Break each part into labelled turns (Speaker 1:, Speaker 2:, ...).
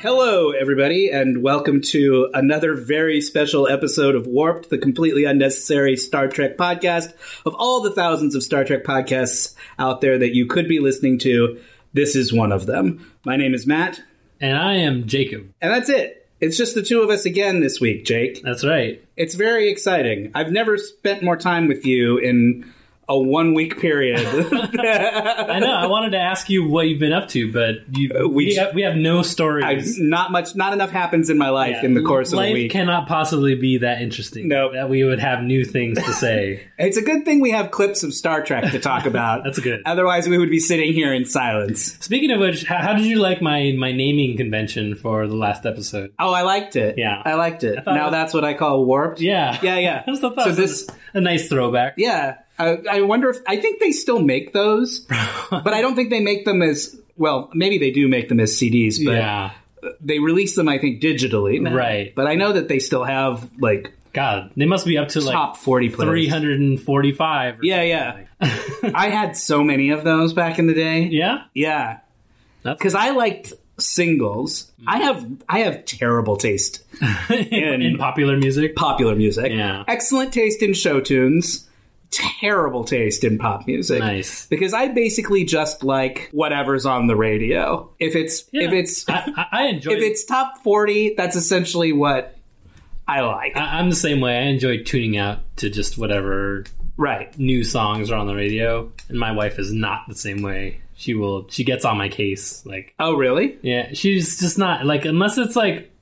Speaker 1: Hello, everybody, and welcome to another very special episode of Warped, the completely unnecessary Star Trek podcast. Of all the thousands of Star Trek podcasts out there that you could be listening to, this is one of them. My name is Matt,
Speaker 2: And I am Jacob.
Speaker 1: and that's it. It's just the two of us again this week, Jake.
Speaker 2: That's right.
Speaker 1: It's very exciting. I've never spent more time with you in a one week period.
Speaker 2: I know. I wanted to ask you what you've been up to, but you, we,
Speaker 1: Uh, we-
Speaker 2: have, we have no stories.
Speaker 1: not much, not enough happens in my life in the course of
Speaker 2: Life
Speaker 1: a week.
Speaker 2: cannot possibly be that interesting.
Speaker 1: Nope.
Speaker 2: That we would have new things to say.
Speaker 1: It's a good thing we have clips of Star Trek to talk about.
Speaker 2: That's good.
Speaker 1: Otherwise, we would be sitting here in silence.
Speaker 2: Speaking of which, how, how did you like my, my naming convention for the last episode?
Speaker 1: Oh, I liked it.
Speaker 2: Yeah.
Speaker 1: I liked it.
Speaker 2: thought
Speaker 1: now
Speaker 2: it was-
Speaker 1: that's what I call warped.
Speaker 2: Yeah.
Speaker 1: yeah, yeah.
Speaker 2: I just thought that
Speaker 1: so
Speaker 2: was
Speaker 1: this,
Speaker 2: a nice throwback.
Speaker 1: yeah. I, I wonder if I think they still make those, but I don't think they make them as well. Maybe they do make them as CDs, but
Speaker 2: Yeah.
Speaker 1: they release them, I think, digitally. now.
Speaker 2: Right.
Speaker 1: But I know that they still have like
Speaker 2: God, they must be up to like
Speaker 1: top forty players.
Speaker 2: 345. or
Speaker 1: Yeah, yeah. I had so many of those back in the day.
Speaker 2: Yeah?
Speaker 1: Yeah,
Speaker 2: That's- Mm.
Speaker 1: because I liked singles. I have I have terrible taste in,
Speaker 2: In popular music.
Speaker 1: popular music.
Speaker 2: Yeah.
Speaker 1: excellent taste in show tunes. Terrible taste in pop music.
Speaker 2: Nice.
Speaker 1: Because I basically just like whatever's on the radio. If it's if
Speaker 2: Yeah.
Speaker 1: it's
Speaker 2: I, I I enjoy
Speaker 1: if it's top forty, that's essentially what I like.
Speaker 2: I, I'm the same way. I enjoy tuning out to just whatever
Speaker 1: right.
Speaker 2: new songs are on the radio, and my wife is not the same way. She will. She gets on my case. Like,
Speaker 1: Oh, really?
Speaker 2: yeah, she's just not like unless it's like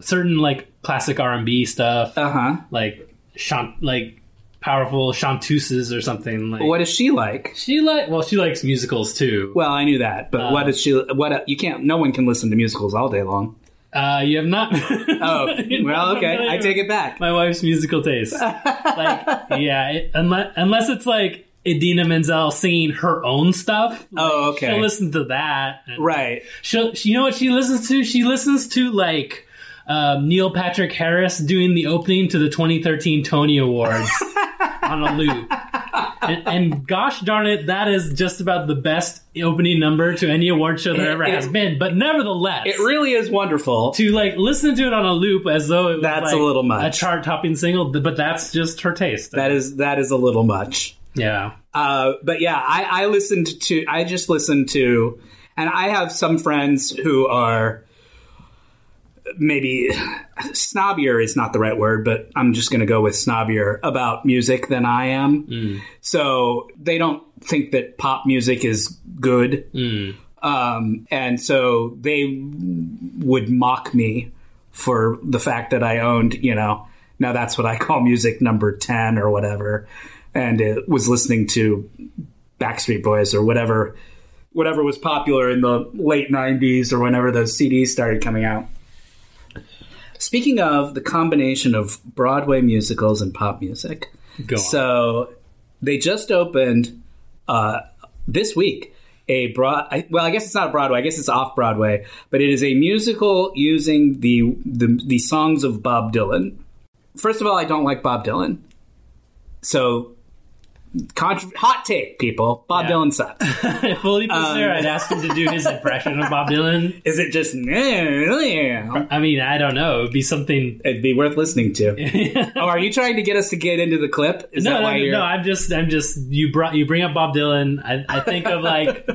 Speaker 2: certain like classic R and B stuff,
Speaker 1: Uh huh.
Speaker 2: like shant like powerful chanteuses or something. Like,
Speaker 1: What is she like?
Speaker 2: she like? Well, she likes musicals too.
Speaker 1: Well, I knew that,
Speaker 2: Uh,
Speaker 1: but what is she? What you can't? No one can listen to musicals all day long.
Speaker 2: Uh, you have not.
Speaker 1: Oh, well, okay. I take it back.
Speaker 2: my wife's musical taste. like, yeah, it, unless unless it's like Idina Menzel singing her own stuff.
Speaker 1: Oh, okay.
Speaker 2: She'll listen to that. And
Speaker 1: Right.
Speaker 2: She'll, she, you know what she listens to? She listens to like um, Neil Patrick Harris doing the opening to the 2013 Tony Awards on a loop. And, and gosh darn it, that is just about the best opening number to any award show there ever
Speaker 1: It-
Speaker 2: has been. But nevertheless,
Speaker 1: It really is wonderful.
Speaker 2: to like listen to it on a loop as though it was
Speaker 1: That's
Speaker 2: like,
Speaker 1: a little much.
Speaker 2: a chart topping single, th- but that's just her taste.
Speaker 1: That is that is a little much.
Speaker 2: yeah,
Speaker 1: Uh, but yeah, I, I listened to I just listened to, and I have some friends who are maybe snobbier is not the right word, but I'm just going to go with snobbier about music than I am. So they don't think that pop music is good. Um, and so they would mock me for the fact that I owned, you know, now that's what I call music number 10 or whatever. And it was listening to Backstreet Boys or whatever, whatever was popular in the late 90s or whenever those CDs started coming out. Speaking of the combination of Broadway musicals and pop music,
Speaker 2: go on.
Speaker 1: so they just opened uh, this week a broad. I, well, I guess it's not Broadway. I guess it's off Broadway, but it is a musical using the, the the songs of Bob Dylan. First of all, I don't like Bob Dylan, so contr hot take, people. Bob
Speaker 2: Yeah.
Speaker 1: Dylan sucks.
Speaker 2: if Felipe
Speaker 1: Um,
Speaker 2: was there, I'd ask him to do his impression of Bob Dylan.
Speaker 1: is it just? It'd
Speaker 2: I mean, I don't know. It would be something.
Speaker 1: be worth listening to.
Speaker 2: no,
Speaker 1: Oh, are you trying to get us to get into the clip? Is that
Speaker 2: no,
Speaker 1: why you're?
Speaker 2: no, I'm just, I'm just. You brought, you bring up Bob Dylan. I, I think of like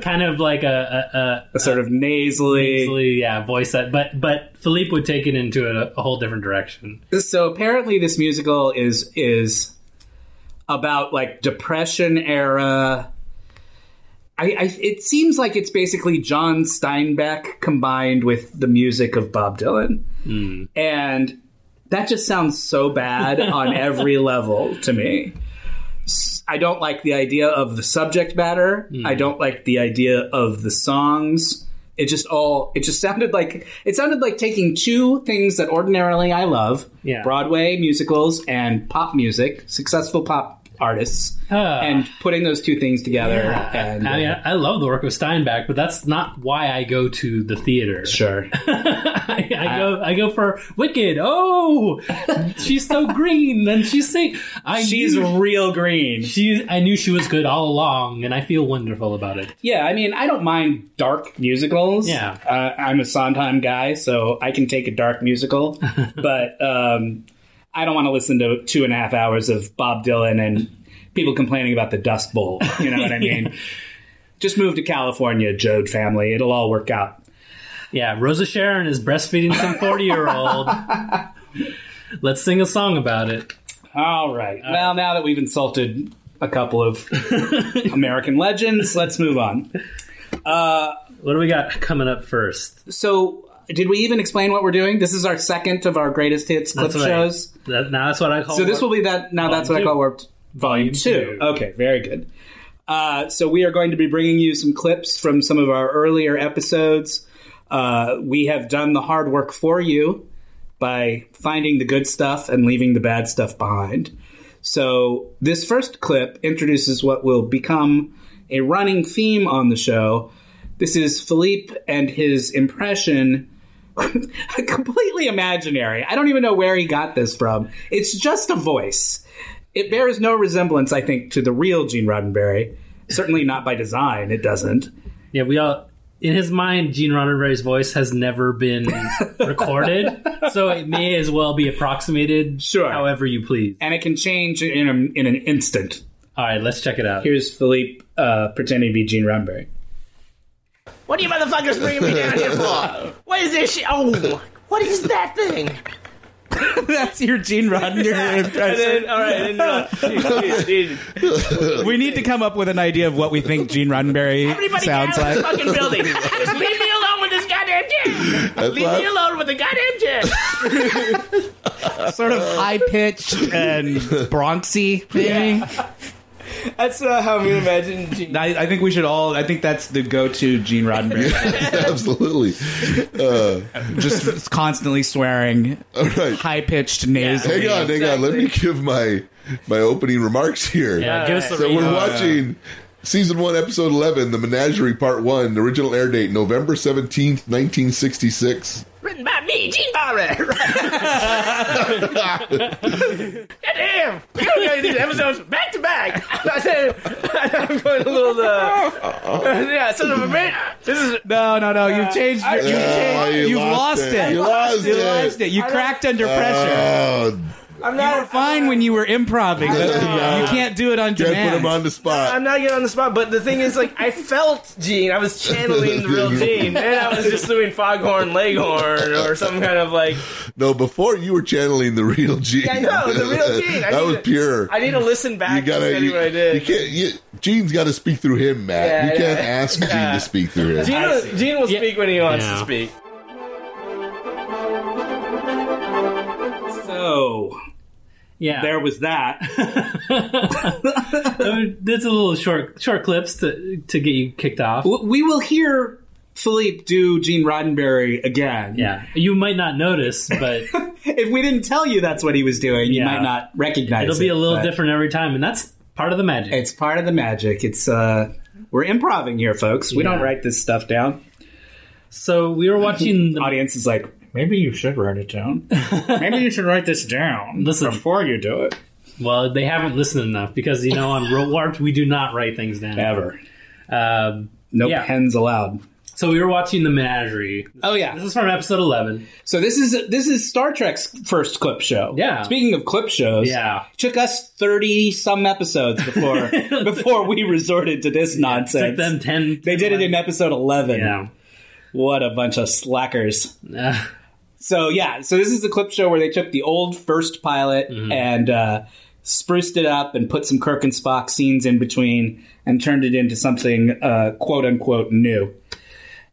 Speaker 2: kind of like a, a, a
Speaker 1: a sort of nasally.
Speaker 2: easily, yeah, voice that, but but Philippe would take it into a, a whole different direction.
Speaker 1: So apparently, this musical is is about like Depression era. I, I it seems like it's basically John Steinbeck combined with the music of Bob Dylan,
Speaker 2: Hmm.
Speaker 1: and that just sounds so bad on every level to me. S- I don't like the idea of the subject matter. I
Speaker 2: Hmm.
Speaker 1: don't like the idea of the songs. It just all it just sounded like it sounded like taking two things that ordinarily I love,
Speaker 2: Yeah.
Speaker 1: Broadway musicals and pop music, successful pop artists,
Speaker 2: Ah.
Speaker 1: and putting those two things together. And
Speaker 2: I mean,
Speaker 1: uh,
Speaker 2: I I love the work of Steinbeck, but that's not why I go to the theater.
Speaker 1: sure,
Speaker 2: I, I go I go for Wicked. Oh, she's so green and she's sick. I
Speaker 1: She's
Speaker 2: knew,
Speaker 1: real green.
Speaker 2: she I knew she was good all along, and I feel wonderful about it.
Speaker 1: Yeah, I mean, I don't mind dark musicals.
Speaker 2: Yeah.
Speaker 1: Uh, I'm a Sondheim guy, so I can take a dark musical, but um, I don't want to listen to two and a half hours of Bob Dylan and people complaining about the Dust Bowl. You know what I mean? Just move to California, Jode family. It'll all work out.
Speaker 2: Yeah, Rosa Sharon is breastfeeding some forty year old. Let's sing a song about it.
Speaker 1: All right. well, now that we've insulted a couple of American legends, let's move on.
Speaker 2: What do we got coming up first?
Speaker 1: So, did we even explain what we're doing? This is our second of our greatest hits clip
Speaker 2: right.
Speaker 1: shows.
Speaker 2: That, now that's what I call.
Speaker 1: So this will be that. Now that's what I
Speaker 2: Volume
Speaker 1: call
Speaker 2: two.
Speaker 1: warped volume two.
Speaker 2: two.
Speaker 1: Okay, very good. Uh, so we are going to be bringing you some clips from some of our earlier episodes. Uh, we have done the hard work for you by finding the good stuff and leaving the bad stuff behind. So this first clip introduces what will become a running theme on the show. This is Philippe and his impression completely imaginary. I don't even know where he got this from. It's just a voice. It bears no resemblance, I think, to the real Gene Roddenberry. Certainly not by design. It doesn't.
Speaker 2: Yeah, we all. In his mind, Gene Roddenberry's voice has never been recorded, so it may as well be approximated
Speaker 1: Sure.
Speaker 2: however you please.
Speaker 1: And it can change in, a, in an instant.
Speaker 2: All right, let's check it out.
Speaker 1: Here's Philippe uh, pretending to be Gene Roddenberry.
Speaker 3: What are you motherfuckers bringing me down here for? What is this shit? Oh, what is that thing?
Speaker 1: That's your Gene Roddenberry impression.
Speaker 3: All right,
Speaker 1: We need to come up with an idea of what we think Gene Roddenberry
Speaker 3: everybody get out of this fucking building. Just leave me alone with this goddamn jam. leave me alone with the goddamn jam.
Speaker 1: sort of high pitched and Bronxy, maybe.
Speaker 4: That's not how we imagine Gene.
Speaker 1: I, I think we should all. I think that's the go to Gene Roddenberry.
Speaker 5: Absolutely. Uh,
Speaker 1: just constantly swearing,
Speaker 5: all right.
Speaker 1: high pitched nasal.
Speaker 5: Hang on, hang on. Let me give my my opening remarks here.
Speaker 2: Yeah, Uh, give us the
Speaker 5: So
Speaker 2: read.
Speaker 5: we're watching season one, episode eleven, The Menagerie, part one. Original air date November seventeenth, nineteen sixty six.
Speaker 3: Written by me, Gene Barrett. Goddamn! I'm going to these episodes back to back. I said,
Speaker 4: I'm going a little. Uh, yeah,
Speaker 3: son of a bitch. This is
Speaker 1: No, no, no. You've changed. Your, you've
Speaker 5: Oh,
Speaker 1: changed.
Speaker 5: you
Speaker 1: You've
Speaker 5: lost
Speaker 1: lost
Speaker 5: it.
Speaker 1: it. Uh,
Speaker 5: You lost
Speaker 1: You
Speaker 5: it.
Speaker 1: lost it. You cracked under pressure.
Speaker 5: Oh,
Speaker 4: I'm
Speaker 1: You were
Speaker 4: not.
Speaker 1: fine when you were improvising, but
Speaker 5: No.
Speaker 1: you can't do it on
Speaker 5: can't put
Speaker 1: demand.
Speaker 5: him on the spot.
Speaker 4: I'm not getting on the spot, but the thing is, like, I felt Gene. I was channeling the real Gene, and I was just doing Foghorn Leghorn or some kind of like.
Speaker 5: no, before you were channeling the real Gene.
Speaker 4: I know, the real Gene. I
Speaker 5: that
Speaker 4: need
Speaker 5: was
Speaker 4: to-
Speaker 5: pure.
Speaker 4: I need to listen
Speaker 5: you
Speaker 4: back
Speaker 5: gotta.
Speaker 4: to see
Speaker 5: You,
Speaker 4: what I
Speaker 5: you
Speaker 4: did.
Speaker 5: can't. You, Gene's got to speak through him, Matt.
Speaker 4: Yeah,
Speaker 5: you
Speaker 4: yeah.
Speaker 5: can't ask Gene
Speaker 4: Yeah.
Speaker 5: to speak through him.
Speaker 4: Gene, will- Gene will
Speaker 2: Yeah.
Speaker 4: speak when he wants
Speaker 2: Yeah.
Speaker 4: to speak.
Speaker 1: So
Speaker 2: Yeah,
Speaker 1: there was that.
Speaker 2: that's a little short short clips to to get you kicked off.
Speaker 1: W- we will hear Philippe do Gene Roddenberry again.
Speaker 2: Yeah, you might not notice, but
Speaker 1: If we didn't tell you that's what he was doing, you
Speaker 2: Yeah.
Speaker 1: might not recognize.
Speaker 2: it'll be
Speaker 1: it,
Speaker 2: a little
Speaker 1: but
Speaker 2: different every time, and that's part of the magic.
Speaker 1: It's part of the magic. It's uh, we're improving here, folks. We don't
Speaker 2: Yeah.
Speaker 1: write this stuff down.
Speaker 2: so we were watching the
Speaker 1: audience is like, maybe you should write it down. maybe you should write this down
Speaker 2: Listen.
Speaker 1: before you do it.
Speaker 2: Well, they haven't listened enough because you know on Rope Warped we do not write things down.
Speaker 1: Ever.
Speaker 2: Um,
Speaker 1: No
Speaker 2: Yeah.
Speaker 1: pens allowed.
Speaker 2: so we were watching the Menagerie.
Speaker 1: Oh
Speaker 2: This
Speaker 1: yeah.
Speaker 2: is from episode eleven.
Speaker 1: So this is this is Star Trek's first clip show.
Speaker 2: Yeah.
Speaker 1: Speaking of clip shows,
Speaker 2: Yeah.
Speaker 1: took us thirty some episodes before before we resorted to this nonsense.
Speaker 2: Took them ten.
Speaker 1: they did it in episode eleven.
Speaker 2: Yeah.
Speaker 1: What a bunch of slackers.
Speaker 2: Uh,
Speaker 1: So yeah, so this is the clip show where they took the old first pilot
Speaker 2: Mm-hmm.
Speaker 1: and uh, spruced it up and put some Kirk and Spock scenes in between and turned it into something uh, quote unquote new,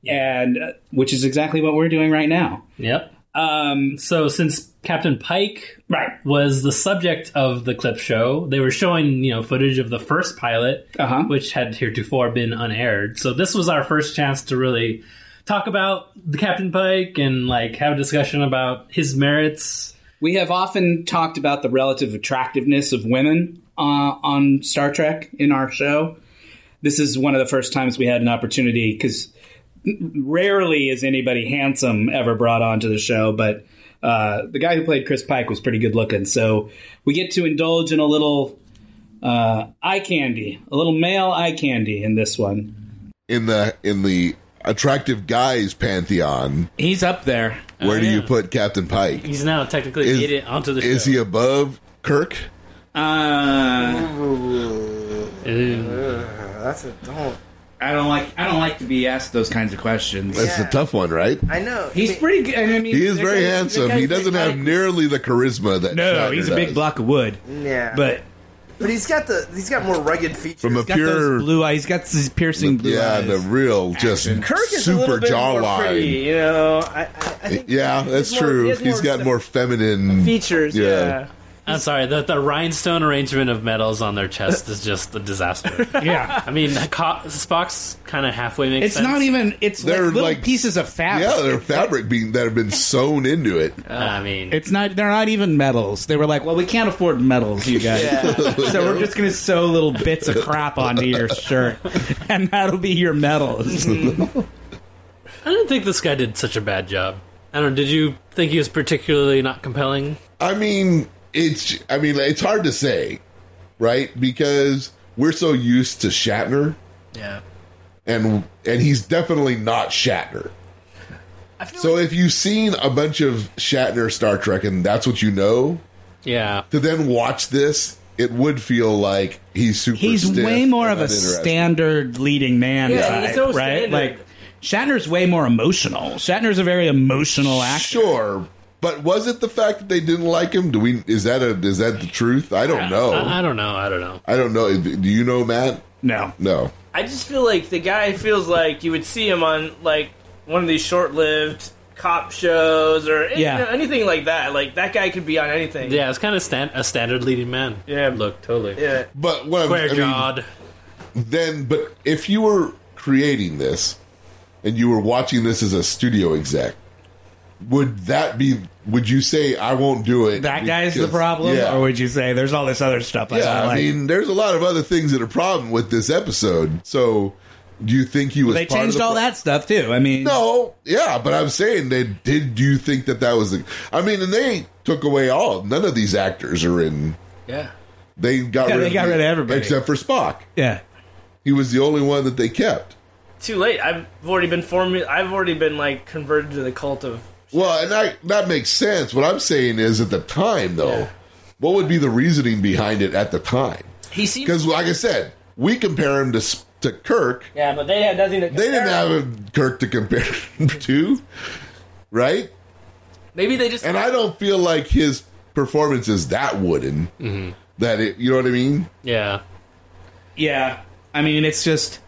Speaker 1: and uh, which is exactly what we're doing right now.
Speaker 2: yep.
Speaker 1: Um,
Speaker 2: So since Captain Pike
Speaker 1: right.
Speaker 2: was the subject of the clip show. They were showing, you know, footage of the first pilot,
Speaker 1: Uh-huh.
Speaker 2: which had heretofore been unaired. So this was our first chance to really talk about the Captain Pike and like have a discussion about his merits.
Speaker 1: We have often talked about the relative attractiveness of women uh, on Star Trek in our show. This is one of the first times we had an opportunity because
Speaker 6: rarely is anybody handsome ever brought onto the show, but uh, the guy who played Chris Pike was pretty good looking. So we get to indulge in a little uh, eye candy, a little male eye candy in this one.
Speaker 5: in the in the attractive guys pantheon.
Speaker 1: He's up there.
Speaker 5: Where do you put Captain Pike?
Speaker 2: He's now technically
Speaker 5: Is-
Speaker 2: made it onto the show.
Speaker 5: Is he above Kirk?
Speaker 1: Uh,
Speaker 2: Ooh.
Speaker 3: That's a don't.
Speaker 1: I don't like. I don't like to be asked those kinds of questions.
Speaker 5: That's a tough one, right?
Speaker 3: I know.
Speaker 1: He's pretty good. I mean,
Speaker 5: He is
Speaker 1: they're
Speaker 5: very
Speaker 1: guys-
Speaker 5: handsome.
Speaker 1: they're
Speaker 5: He
Speaker 1: guys
Speaker 5: doesn't
Speaker 1: that
Speaker 5: have
Speaker 1: like-
Speaker 5: nearly the charisma that.
Speaker 1: No, no,
Speaker 5: Shatner
Speaker 1: he's a big
Speaker 5: does.
Speaker 1: block of wood.
Speaker 3: yeah,
Speaker 1: But
Speaker 3: but he's got the he's got more rugged features.
Speaker 5: From a
Speaker 1: he's got those
Speaker 5: pure,
Speaker 1: blue eyes. He's got these piercing blue
Speaker 5: yeah,
Speaker 1: eyes.
Speaker 5: the real just
Speaker 3: Kirk is a
Speaker 5: super
Speaker 3: little bit
Speaker 5: jaw
Speaker 3: more pretty,
Speaker 5: line.
Speaker 3: you know. I, I, I think
Speaker 5: Yeah,
Speaker 3: he's
Speaker 5: that's
Speaker 3: more-
Speaker 5: true.
Speaker 3: he has
Speaker 5: he's got
Speaker 3: fe-
Speaker 5: more feminine
Speaker 3: features. Yeah.
Speaker 5: Yeah.
Speaker 2: I'm sorry, the, the rhinestone arrangement of medals on their chest is just a disaster.
Speaker 1: yeah.
Speaker 2: I mean, Co- Spock's kind of halfway makes
Speaker 1: It's
Speaker 2: sense.
Speaker 1: not even. It's like
Speaker 5: They're
Speaker 1: little
Speaker 5: like-
Speaker 1: pieces of fabric.
Speaker 5: Yeah, they're fabric being that have been sewn into it.
Speaker 2: I mean,
Speaker 1: It's not. They're not even metals. They were like, well, we can't afford metals, you guys. So we're just gonna sew little bits of crap onto your shirt, and that'll be your medals.
Speaker 2: I didn't think this guy did such a bad job. I don't know. Did you think he was particularly not compelling?
Speaker 5: I mean, it's I mean, it's hard to say, right? Because we're so used to Shatner
Speaker 2: Yeah.
Speaker 5: and and he's definitely not Shatner. So if you've seen a bunch of Shatner Star Trek and that's what you know,
Speaker 2: Yeah.
Speaker 5: to then watch this, it would feel like he's super.
Speaker 1: He's
Speaker 5: stiff
Speaker 1: way more
Speaker 5: and
Speaker 1: of a
Speaker 5: uninteresting.
Speaker 1: standard leading man
Speaker 3: Yeah,
Speaker 1: type,
Speaker 3: he's so
Speaker 1: right?
Speaker 3: standard.
Speaker 1: Like Shatner's way more emotional. Shatner's a very emotional actor.
Speaker 5: Sure, but was it the fact that they didn't like him? Do we? Is that a? Is that the truth? I don't know.
Speaker 2: I, I don't know. I don't know.
Speaker 5: I don't know. Do you know, Matt?
Speaker 1: No,
Speaker 5: No.
Speaker 3: I just feel like the guy feels like you would see him on like one of these short-lived cop shows or any-
Speaker 1: Yeah.
Speaker 3: anything like that. Like that guy could be on anything.
Speaker 2: Yeah, it's kind of stan- a standard leading man.
Speaker 3: Yeah.
Speaker 2: Look, totally.
Speaker 3: Yeah.
Speaker 5: But what I'm,
Speaker 2: Square
Speaker 5: I mean,
Speaker 2: jawed.
Speaker 5: then but if you were creating this and you were watching this as a studio exec would that be would you say i won't do it
Speaker 1: that guy's the
Speaker 5: because-"
Speaker 1: problem,
Speaker 5: yeah,
Speaker 1: or would you say there's all this other stuff? I
Speaker 5: yeah
Speaker 1: don't
Speaker 5: i
Speaker 1: like?
Speaker 5: mean there's a lot of other things that are problem with this episode so do you think he was
Speaker 1: they
Speaker 5: part of
Speaker 1: changed
Speaker 5: the
Speaker 1: all
Speaker 5: pro-
Speaker 1: that stuff too. I mean,
Speaker 5: no yeah but i'm saying they did you think that that was the i mean and they took away all none of these actors are in
Speaker 2: Yeah.
Speaker 5: they got,
Speaker 1: Yeah,
Speaker 5: rid,
Speaker 1: they
Speaker 5: of
Speaker 1: got
Speaker 5: the-
Speaker 1: rid of everybody.
Speaker 5: except for spock
Speaker 1: yeah,
Speaker 5: he was the only one that they kept
Speaker 3: Too late. I've already been formu- I've already been like converted to the cult of.
Speaker 5: Well, and I, that makes sense. What I'm saying is, at the time, though, what would be the reasoning behind it at the time?
Speaker 3: He seems.
Speaker 5: Because, like I said, we compare him to S- to Kirk.
Speaker 3: Yeah, but they had nothing to.
Speaker 5: They didn't
Speaker 3: compare.
Speaker 5: have a Kirk to compare him to, right?
Speaker 3: Maybe they just.
Speaker 5: And I don't feel like his performance is that wooden.
Speaker 1: Mm-hmm.
Speaker 5: That it, you know what I mean?
Speaker 2: Yeah.
Speaker 1: yeah. I mean, it's just,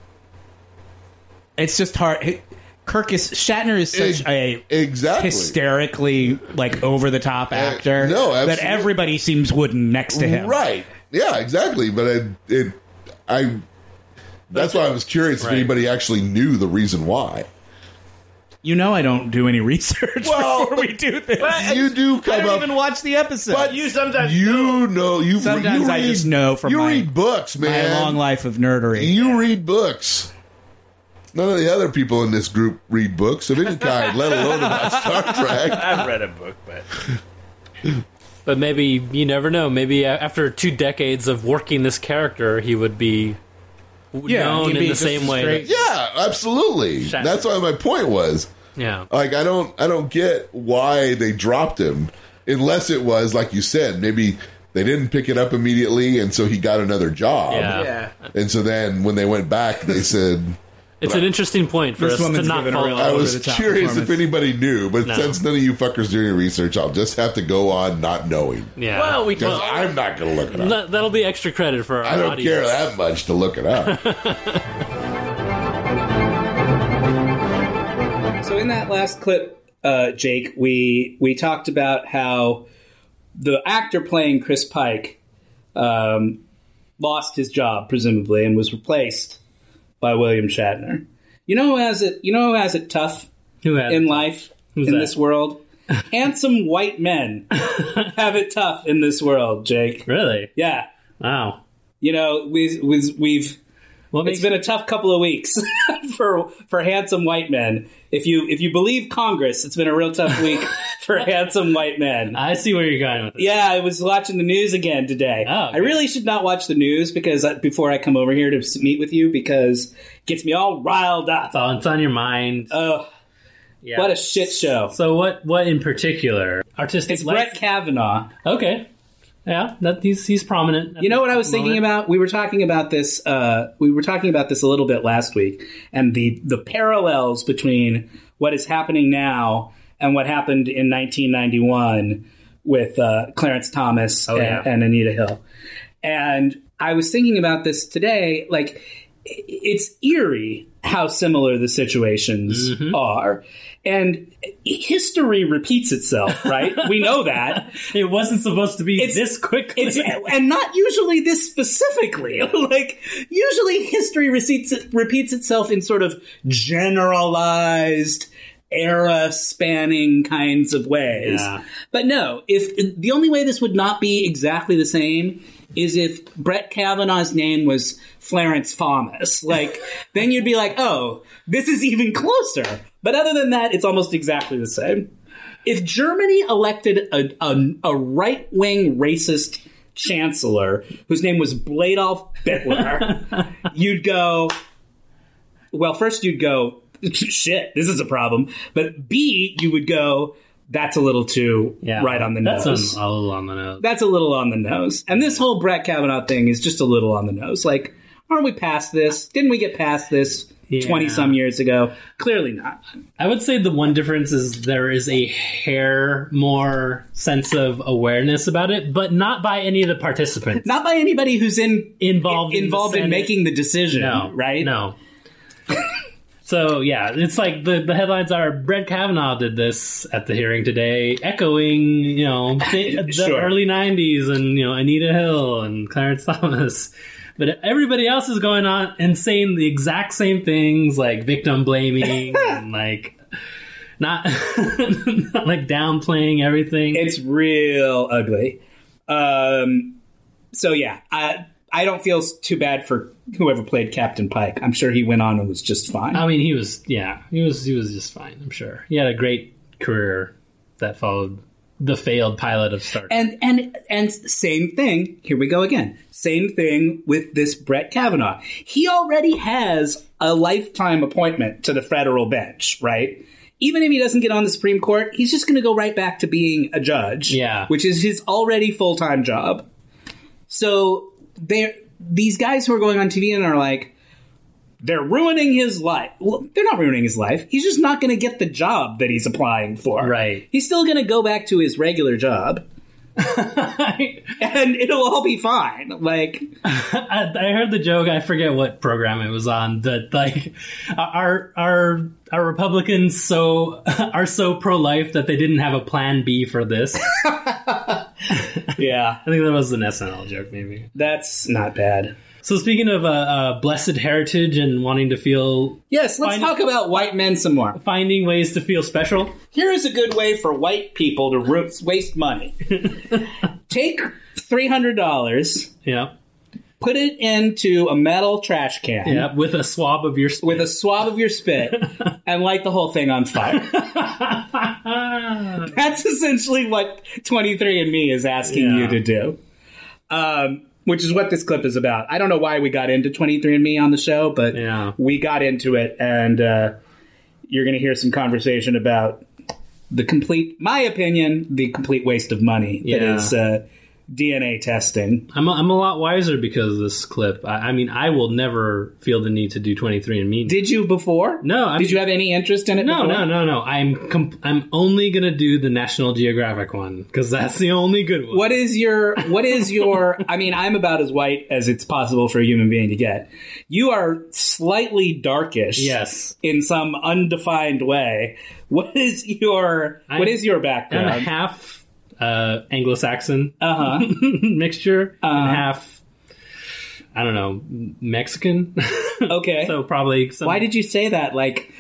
Speaker 1: it's just hard. Kirk is Shatner is such a
Speaker 5: exactly
Speaker 1: hysterically like over the top actor.
Speaker 5: no,
Speaker 1: that
Speaker 5: absolutely.
Speaker 1: everybody seems wooden next to him.
Speaker 5: Right. Yeah, exactly. But I, it, I, that's why I was curious
Speaker 2: Right.
Speaker 5: if anybody actually knew the reason why.
Speaker 1: You know, I don't do any research
Speaker 5: Well,
Speaker 1: before we do this.
Speaker 5: You do
Speaker 1: I
Speaker 5: come
Speaker 1: don't
Speaker 5: up
Speaker 1: even watch the episode.
Speaker 5: But
Speaker 3: you sometimes
Speaker 5: You know, you
Speaker 1: Sometimes
Speaker 5: you
Speaker 1: I just know from
Speaker 5: you
Speaker 1: my-
Speaker 5: read books,
Speaker 1: My
Speaker 5: man.
Speaker 1: long life of nerdery.
Speaker 5: You read books. None of the other people in this group read books of any kind, let alone about Star Trek.
Speaker 3: I've read a book, but
Speaker 2: But maybe you never know. Maybe a- after two decades of working this character, he would be w-
Speaker 1: Yeah, he'd
Speaker 2: known
Speaker 1: be
Speaker 2: in the
Speaker 1: just
Speaker 2: same
Speaker 1: as
Speaker 2: way.
Speaker 1: great.
Speaker 5: Yeah, absolutely.
Speaker 2: Shatner.
Speaker 5: That's why my point was
Speaker 2: Yeah.
Speaker 5: like I don't I don't get why they dropped him unless it was like you said maybe they didn't pick it up immediately and so he got another job.
Speaker 2: Yeah.
Speaker 3: yeah.
Speaker 5: And so then when they went back they said
Speaker 2: It's an interesting point for
Speaker 1: This
Speaker 2: us to
Speaker 1: woman's
Speaker 2: not
Speaker 1: given a
Speaker 2: follow.
Speaker 1: real-
Speaker 5: I
Speaker 1: over
Speaker 5: was
Speaker 1: the top
Speaker 5: curious if
Speaker 1: performance.
Speaker 5: anybody knew, but
Speaker 2: No.
Speaker 5: since none of you fuckers do any research, I'll just have to go on not knowing
Speaker 2: yeah.
Speaker 3: Well, we
Speaker 5: because
Speaker 3: well,
Speaker 5: I'm not going to look it up.
Speaker 2: That, that'll be extra credit for our
Speaker 5: I don't
Speaker 2: audience.
Speaker 5: care that much to look it up.
Speaker 6: So in that last clip, uh, Jake, we we talked about how the actor playing Chris Pike um, lost his job, presumably, and was replaced by William Shatner. You know who has it? You know who has it tough
Speaker 2: Who had-
Speaker 6: in life in
Speaker 2: that?
Speaker 6: this world? Handsome white men have it tough in this world, Jake.
Speaker 2: Really?
Speaker 6: Yeah,
Speaker 2: Wow.
Speaker 6: you know we, we, we've
Speaker 2: What makes
Speaker 6: It's been a tough couple of weeks for for handsome white men. If you if you believe Congress, it's been a real tough week for handsome white men.
Speaker 2: I see where you're going with this.
Speaker 6: Yeah, I was watching the news again today.
Speaker 2: Oh, okay.
Speaker 6: I really should not watch the news because I, before I come over here to s- meet with you because it gets me all riled up.
Speaker 2: So it's on your mind.
Speaker 6: Oh,
Speaker 2: yeah.
Speaker 6: what a shit show!
Speaker 2: so what? What in particular? Artistic.
Speaker 6: It's
Speaker 2: license-
Speaker 6: Brett Kavanaugh.
Speaker 2: Okay. Yeah, that he's he's prominent.
Speaker 6: You know what I was thinking about? We were talking about this. Uh, we were talking about this a little bit last week, and the the parallels between what is happening now and what happened in 1991 with uh, Clarence Thomas
Speaker 2: Oh,
Speaker 6: and,
Speaker 3: yeah.
Speaker 6: and Anita Hill. And I was thinking about this today. Like, i- it's eerie how similar the situations
Speaker 2: Mm-hmm.
Speaker 6: are, and history repeats itself. Right? we know that
Speaker 2: It wasn't supposed to be
Speaker 6: It's-
Speaker 2: this quickly.
Speaker 6: it's and not usually this specifically. like usually, history repeats repeats itself in sort of generalized era spanning kinds of ways.
Speaker 2: Yeah.
Speaker 6: But no, if the only way this would not be exactly the same is if Brett Kavanaugh's name was Clarence Thomas. Like then you'd be like, "Oh, this is even closer." But other than that, it's almost exactly the same if Germany elected a, a, a right wing racist chancellor whose name was Bladolf Bittler, you'd go, well, first you'd go, shit, this is a problem. But B, you would go, that's a little too
Speaker 2: Yeah.
Speaker 6: right on the nose.
Speaker 2: That's uh, a, a little on the nose.
Speaker 6: that's a little on the nose. And this whole Brett Kavanaugh thing is just a little on the nose. Like, aren't we past this? Didn't we get past this 20 some years ago? Clearly not.
Speaker 2: I would say the one difference is there is a hair more sense of awareness about it, but not by any of the participants
Speaker 6: Not by anybody who's in
Speaker 2: involved in the
Speaker 6: involved in,
Speaker 2: Senate.
Speaker 6: making the decision,
Speaker 2: no
Speaker 6: right?
Speaker 2: no. so yeah, it's like the the headlines are Brett Kavanaugh did this at the hearing today, echoing you know thi- the
Speaker 6: Sure.
Speaker 2: early '90s and you know Anita Hill and Clarence Thomas. But everybody else is going on and saying the exact same things, like victim blaming and like not, not like downplaying everything.
Speaker 6: It's real ugly. Um, so yeah, I I don't feel s- too bad for whoever played Captain Pike. I'm sure he went on and was just fine.
Speaker 2: I mean, he was yeah, he was he was just fine. I'm sure he had a great career that followed the failed pilot of Star. Trek.
Speaker 6: and and and same thing. Here we go again. Same thing with this Brett Kavanaugh. He already has a lifetime appointment to the federal bench, right? Even if he doesn't get on the Supreme Court, he's just going to go right back to being a judge,
Speaker 2: Yeah.
Speaker 6: which is his already full time job. So they these guys who are going on TV and are like, they're ruining his life. Well, they're not ruining his life. He's just not going to get the job that he's applying for.
Speaker 2: Right.
Speaker 6: He's still going to go back to his regular job
Speaker 2: I,
Speaker 6: and it'll all be fine. Like,
Speaker 2: I, I heard the joke. I forget what program it was on. That like our our our Republicans so are so pro life that they didn't have a plan B for this. I
Speaker 6: yeah,
Speaker 2: think that was an SNL joke, maybe.
Speaker 6: that's not bad.
Speaker 2: So speaking of uh, uh, blessed heritage and wanting to feel
Speaker 6: Yes, let's
Speaker 2: Fine.
Speaker 6: talk about white men some more.
Speaker 2: finding ways to feel special,
Speaker 6: Here is a good way for white people to ru- waste money. Take three hundred dollars,
Speaker 2: yeah,
Speaker 6: put it into a metal trash can
Speaker 2: yeah, with a swab of your
Speaker 6: with a swab of your spit, and light the whole thing on fire. That's essentially what 23andMe is asking
Speaker 2: Yeah.
Speaker 6: you to do, um, which is what this clip is about. I don't know why we got into 23andMe on the show, but
Speaker 2: Yeah.
Speaker 6: we got into it, and uh, you're going to hear some conversation about the complete, my opinion, the complete waste of money
Speaker 2: Yeah.
Speaker 6: that is uh, DNA testing.
Speaker 2: I'm a, I'm a lot wiser because of this clip. I, I mean, I will never feel the need to do 23andMe.
Speaker 6: Did you before?
Speaker 2: no, I
Speaker 6: Did you have any interest in it?
Speaker 2: no, no,
Speaker 6: before?
Speaker 2: no, no. I'm com- I'm only gonna do the National Geographic one because that's the only good one.
Speaker 6: What is your what is your I mean I'm about as white as it's possible for a human being to get. You are slightly darkish
Speaker 2: Yes,
Speaker 6: in some undefined way. What is your what
Speaker 2: I'm-
Speaker 6: is your
Speaker 2: I'm
Speaker 6: background?
Speaker 2: half uh, Anglo-Saxon
Speaker 6: Uh-huh.
Speaker 2: mixture
Speaker 6: Uh-huh.
Speaker 2: and half. I don't know Mexican.
Speaker 6: Okay.
Speaker 2: so probably some,
Speaker 6: Why did you say that like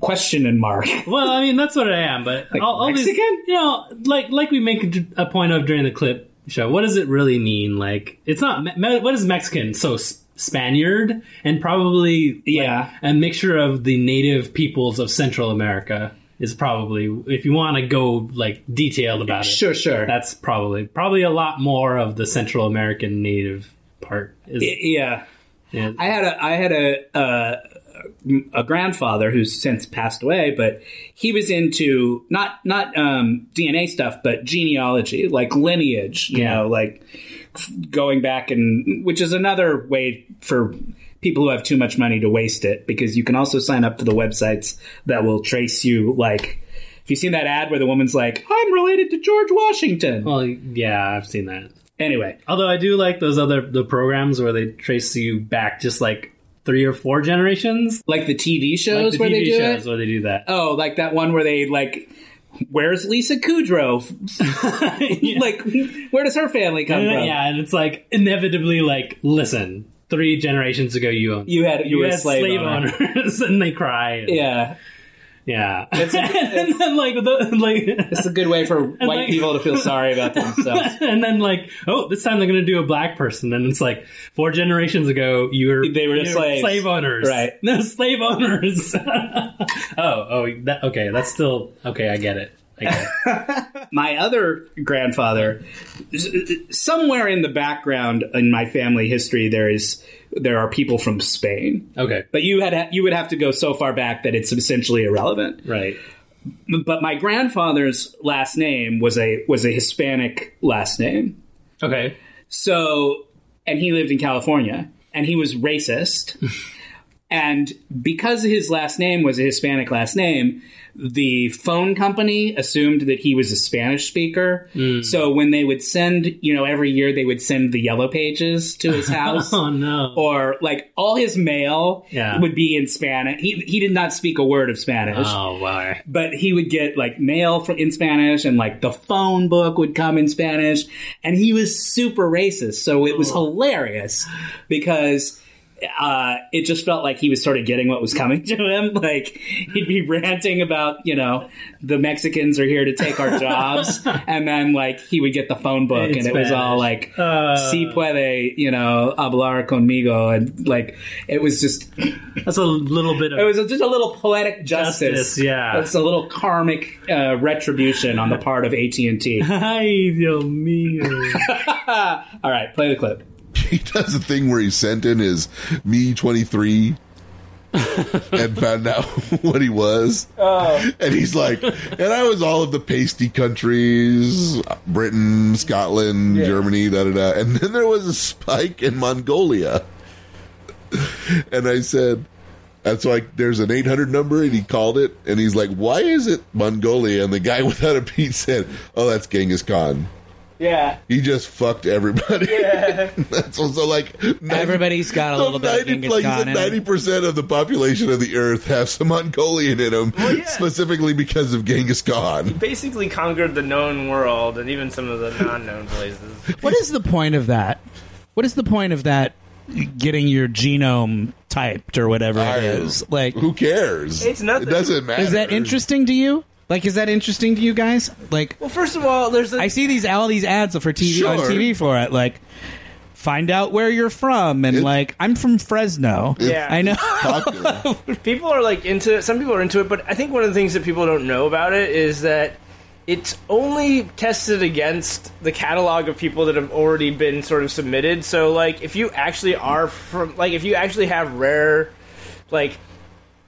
Speaker 6: question and mark?
Speaker 2: Well, I mean that's what I am, but I'll, I'll just-
Speaker 6: Mexican?
Speaker 2: you know, like like we make a d- a point of during the clip. show. What does it really mean? Like, it's not. Me- Me- what is Mexican? So S- Spaniard and probably like,
Speaker 6: Yeah.
Speaker 2: a mixture of the native peoples of Central America is probably if you want to go like detailed about it.
Speaker 6: Sure, sure.
Speaker 2: That's probably probably a lot more of the Central American native part. Is,
Speaker 6: Y- yeah.
Speaker 2: yeah.
Speaker 6: I had a I had a uh, a grandfather who's since passed away, but he was into not not um, DNA stuff, but genealogy, like lineage. You
Speaker 2: Yeah.
Speaker 6: know, like f- going back and which is another way for people who have too much money to waste it because you can also sign up to the websites that will trace you like. If you've seen that ad where the woman's like, "I'm related to George Washington,"
Speaker 2: well, yeah, I've seen that.
Speaker 6: anyway,
Speaker 2: Although I do like those other the programs where they trace you back just like three or four generations.
Speaker 6: like the TV shows
Speaker 2: like the
Speaker 6: where they
Speaker 2: TV
Speaker 6: do it,
Speaker 2: shows where they do that.
Speaker 6: Oh, like that one where they like, where's Lisa Kudrow? Like, where does her family come
Speaker 2: And then-
Speaker 6: from?
Speaker 2: yeah, and it's like inevitably like, listen, three generations ago you owned
Speaker 6: You had you, were a slave, owner.
Speaker 2: owners and they cry. and-
Speaker 6: Yeah,
Speaker 2: Yeah. and then like the, like
Speaker 6: it's a good way for white
Speaker 2: like-
Speaker 6: people to feel sorry about themselves.
Speaker 2: and then like, oh, this time they're gonna do a black person, and it's like four generations ago you were
Speaker 6: They were
Speaker 2: you
Speaker 6: slaves.
Speaker 2: slave owners.
Speaker 6: Right.
Speaker 2: No slave owners. oh, oh that, okay, that's still okay, I get it. I get it.
Speaker 6: my other grandfather s- somewhere in the background in my family history there is there are people from Spain.
Speaker 2: Okay.
Speaker 6: But you had you would have to go so far back that it's essentially irrelevant.
Speaker 2: Right.
Speaker 6: But my grandfather's last name was a was a Hispanic last name.
Speaker 2: Okay.
Speaker 6: So, and he lived in California and he was racist. and because his last name was a Hispanic last name, the phone company assumed that he was a Spanish speaker.
Speaker 2: Mm.
Speaker 6: So when they would send, you know, every year they would send the yellow pages to his house.
Speaker 2: Oh no.
Speaker 6: Or like all his mail
Speaker 2: Yeah.
Speaker 6: would be in Spanish. He he did not speak a word of Spanish
Speaker 2: oh wow.
Speaker 6: but he would get like mail from in Spanish and like the phone book would come in Spanish and he was super racist. So it was
Speaker 2: Oh.
Speaker 6: hilarious because uh, it just felt like he was sort of getting what was coming to him. Like he'd be ranting about, you know, the Mexicans are here to take our jobs. and then like he would get the phone book
Speaker 2: In
Speaker 6: and it was all
Speaker 2: Spanish.
Speaker 6: like,
Speaker 2: Uh,
Speaker 6: si puede, you know, hablar conmigo. And like it was just,
Speaker 2: That's a little bit of
Speaker 6: it was just a little poetic justice.
Speaker 2: Justice, yeah.
Speaker 6: it's a little karmic uh, retribution on the part of AT and T.
Speaker 2: Ay, Dios mío.
Speaker 6: All right, play the clip.
Speaker 5: He does a thing where he sent in his me 23 and found out what he was. And he's like, and I was all of the pasty countries Britain, Scotland, Germany, da da da. And then there was a spike in Mongolia. And I said, that's like there's an 800 number, and he called it, and he's like, "Why is it Mongolia?" And the guy without a beat said, "Oh, that's Genghis Khan.
Speaker 3: Yeah.
Speaker 5: He just fucked everybody." that's also like 90
Speaker 7: Everybody's got a
Speaker 5: so
Speaker 7: little bit of
Speaker 5: 90,
Speaker 7: Genghis
Speaker 5: like
Speaker 7: Khan in
Speaker 5: ninety
Speaker 7: it.
Speaker 5: percent of the population of the Earth have some Mongolian in them, specifically because of Genghis Khan.
Speaker 3: Basically conquered the known world and even some of the non-known places.
Speaker 7: What is the point of that? What is the point of that getting your genome typed or whatever
Speaker 5: I-
Speaker 7: it is? Like,
Speaker 5: Who cares?
Speaker 3: It's nothing.
Speaker 5: It doesn't matter.
Speaker 7: is that interesting to you? Like, is that interesting to you guys? Like,
Speaker 3: Well, first of all, there's a
Speaker 7: I see these all these ads for TV on
Speaker 5: Sure.
Speaker 7: TV for it. Like, find out where you're from, and
Speaker 5: It-
Speaker 7: like, I'm from Fresno.
Speaker 3: Yeah.
Speaker 7: I know.
Speaker 5: Popular.
Speaker 3: people are like into it. Some people are into it, but I think one of the things that people don't know about it is that it's only tested against the catalog of people that have already been sort of submitted. So like if you actually are from like if you actually have rare like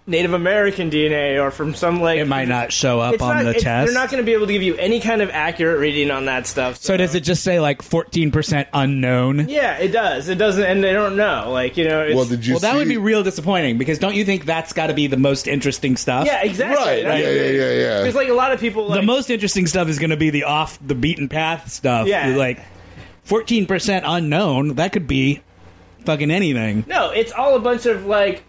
Speaker 3: Native American DNA or from some like
Speaker 7: It might not show up
Speaker 3: it's
Speaker 7: on
Speaker 3: not-
Speaker 7: the
Speaker 3: it's-
Speaker 7: test.
Speaker 3: They're not going to be able to give you any kind of accurate reading on that stuff.
Speaker 7: so does it just say like 14% unknown?
Speaker 3: Yeah, it does. It doesn't, and they don't know. Like you know, it's,
Speaker 5: well, did you?
Speaker 7: Well, that would
Speaker 5: see-
Speaker 7: be real disappointing because don't you think that's got to be the most interesting stuff?
Speaker 3: yeah, exactly.
Speaker 5: right.
Speaker 3: That's
Speaker 5: yeah,
Speaker 3: the
Speaker 5: yeah,
Speaker 3: thing.
Speaker 5: yeah, yeah.
Speaker 3: There's like a lot of people. Like,
Speaker 7: The most interesting stuff is going to be the off the beaten path stuff.
Speaker 3: Yeah.
Speaker 7: Like 14% unknown, that could be fucking anything.
Speaker 3: No, it's all a bunch of like,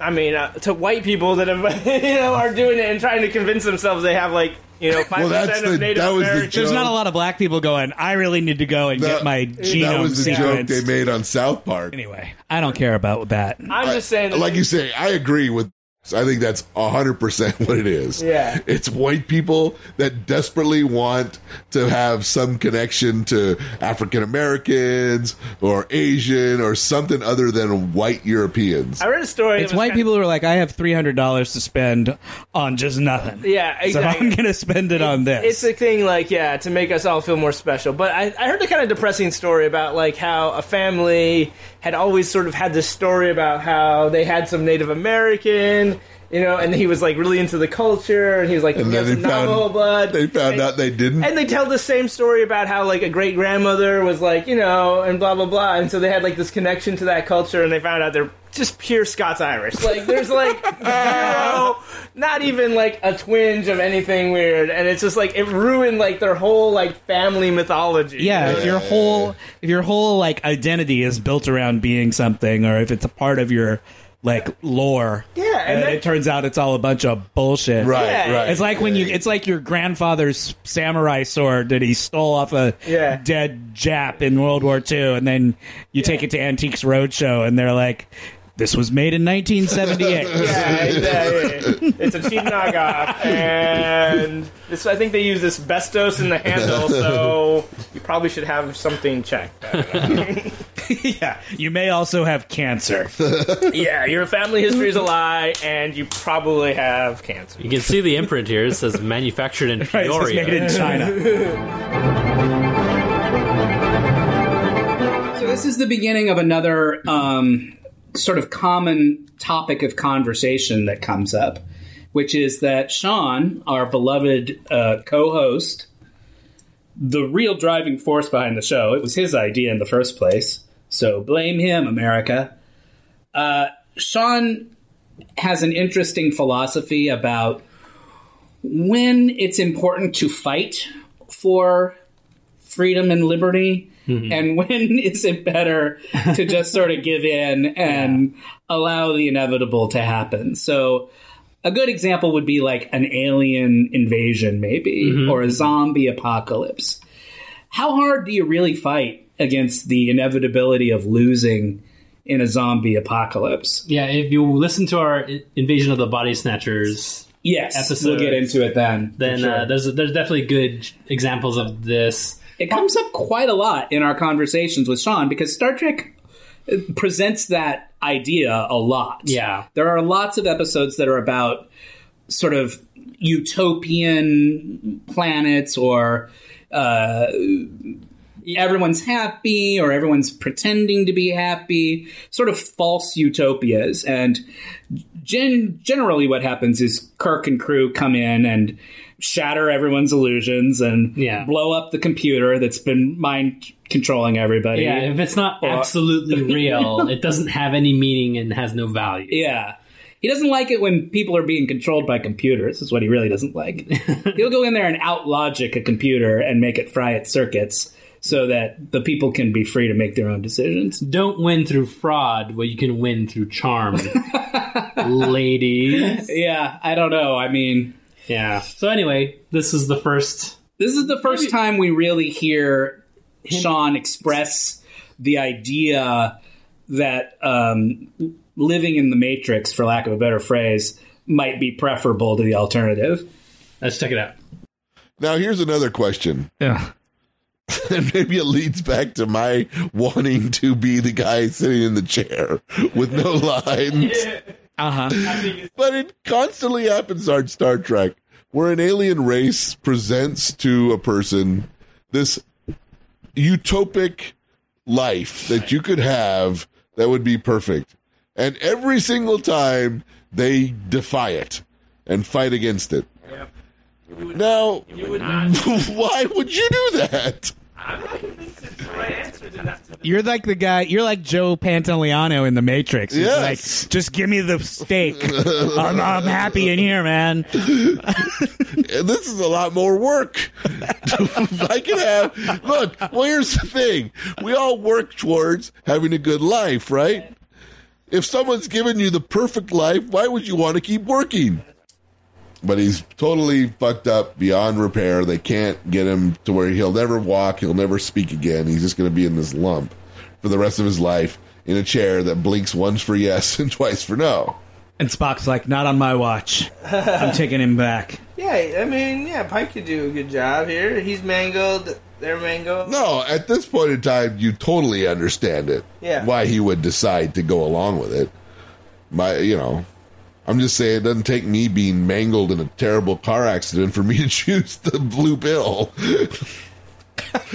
Speaker 3: I mean, uh, to white people that have you know are doing it and trying to convince themselves they have like you know five
Speaker 5: that's
Speaker 3: percent of
Speaker 5: the-
Speaker 3: Native
Speaker 5: that was the
Speaker 3: Americans.
Speaker 7: There's
Speaker 5: joke.
Speaker 7: not a lot of black people going, I really need to go and
Speaker 5: That-
Speaker 7: get my genome
Speaker 5: That was the
Speaker 7: sequenced."
Speaker 5: joke they made on South Park.
Speaker 7: Anyway, I don't care about that.
Speaker 3: I'm just saying, that
Speaker 5: like you say, I agree with So I think that's 100% what it is.
Speaker 3: Yeah.
Speaker 5: It's white people that desperately want to have some connection to African Americans or Asian or something other than white Europeans.
Speaker 3: I read a story.
Speaker 7: It's
Speaker 3: that was
Speaker 7: white
Speaker 3: kind
Speaker 7: people who are like, I have three hundred dollars to spend on just nothing.
Speaker 3: Yeah, exactly.
Speaker 7: So I'm gonna spend it on this.
Speaker 3: It's a thing like yeah to make us all feel more special. But I, I heard a kind of depressing story about like how a family had always sort of had this story about how they had some Native American, you know, and he was like really into the culture and he was like
Speaker 5: And then
Speaker 3: he
Speaker 5: they
Speaker 3: has Navajo
Speaker 5: found,
Speaker 3: blood.
Speaker 5: they found
Speaker 3: And-
Speaker 5: out they didn't.
Speaker 3: and they tell the same story about how like a great grandmother was like you know and blah blah blah and so they had like this connection to that culture and they found out they're just pure Scots Irish like there's like no not even like a twinge of anything weird and it's just like it ruined like their whole like family mythology
Speaker 7: yeah, if your whole if your whole like identity is built around being something, or if it's a part of your like lore,
Speaker 3: Yeah, and
Speaker 7: and,
Speaker 3: that-
Speaker 7: it turns out it's all a bunch of bullshit.
Speaker 5: right,
Speaker 3: Yeah.
Speaker 5: right.
Speaker 7: It's like when you it's like your grandfather's samurai sword that he stole off a
Speaker 3: Yeah.
Speaker 7: dead Jap in World War II, and then you take it to Antiques Roadshow, and they're like, "This was made in 1978."
Speaker 3: Yeah, exactly. it's a cheap knockoff, and this, I think they use this bestos in the handle, so you probably should have something checked.
Speaker 7: yeah, you may also have cancer.
Speaker 3: Yeah, your family history is a lie, and you probably have cancer.
Speaker 8: You can see the imprint here. It says manufactured in
Speaker 7: Right, it's
Speaker 8: Peoria.
Speaker 7: made in China.
Speaker 6: So this is the beginning of another um, sort of common topic of conversation that comes up, which is that Sean, our beloved uh, co-host, the real driving force behind the show, it was his idea in the first place. So blame him, America. Uh, Sean has an interesting philosophy about when it's important to fight for freedom and liberty and when is it better to just sort of give in and allow the inevitable to happen so a good example would be like an alien invasion maybe or a zombie apocalypse how hard do you really fight against the inevitability of losing in a zombie apocalypse
Speaker 2: Yeah, if you listen to our I- Invasion of the Body Snatchers,
Speaker 6: yes we'll
Speaker 2: Episode.
Speaker 6: get into it then
Speaker 2: then
Speaker 6: for sure.
Speaker 2: uh, there's there's definitely good examples of this.
Speaker 6: it comes up quite a lot in our conversations with Sean because Star Trek uh, presents that idea a lot.
Speaker 2: Yeah.
Speaker 6: There are lots of episodes that are about sort of utopian planets or uh, everyone's happy or everyone's pretending to be happy, sort of false utopias. And gen- generally, what happens is Kirk and crew come in and shatter everyone's illusions and
Speaker 2: Yeah.
Speaker 6: blow up the computer that's been mind controlling everybody.
Speaker 2: Yeah, if it's not absolutely real, it doesn't have any meaning and has no value.
Speaker 6: Yeah. He doesn't like it when people are being controlled by computers, is what he really doesn't like. He'll go in there and out logic a computer and make it fry its circuits so that the people can be free to make their own decisions.
Speaker 2: Don't win through fraud, but you can win through charm, ladies.
Speaker 6: Yeah, I don't know. I mean,
Speaker 2: Yeah. So anyway, this is the first.
Speaker 6: this is the first time we really hear Sean express the idea that um, living in the Matrix, for lack of a better phrase, might be preferable to the alternative.
Speaker 2: Let's check it out.
Speaker 5: Now, here's another question.
Speaker 7: Yeah.
Speaker 5: And maybe it leads back to my wanting to be the guy sitting in the chair with no lines.
Speaker 7: Uh huh.
Speaker 5: But it constantly happens on Star Trek, where an alien race presents to a person this utopic life that you could have that would be perfect. And every single time they defy it and fight against it. Now, why would you do that?
Speaker 7: You're like the guy. You're like Joe Pantoliano in The Matrix. He's
Speaker 5: Yes.
Speaker 7: like, just give me the steak. I'm, I'm happy in here, man.
Speaker 5: And this is a lot more work. I can have. Look, well, here's the thing. We all work towards having a good life, right? If someone's given you the perfect life, why would you want to keep working? But he's totally fucked up beyond repair. They can't get him to where he'll never walk, he'll never speak again. He's just going to be in this lump for the rest of his life in a chair that blinks once for yes and twice for no.
Speaker 1: And Spock's like, not on my watch. I'm taking him back.
Speaker 3: Yeah, I mean, yeah, Pike could do a good job here. He's mangled. They're mangled.
Speaker 5: No, at this point in time, you totally understand it.
Speaker 3: Yeah.
Speaker 5: Why he would decide to go along with it. My, you know, I'm just saying it doesn't take me being mangled in a terrible car accident for me to choose the blue pill.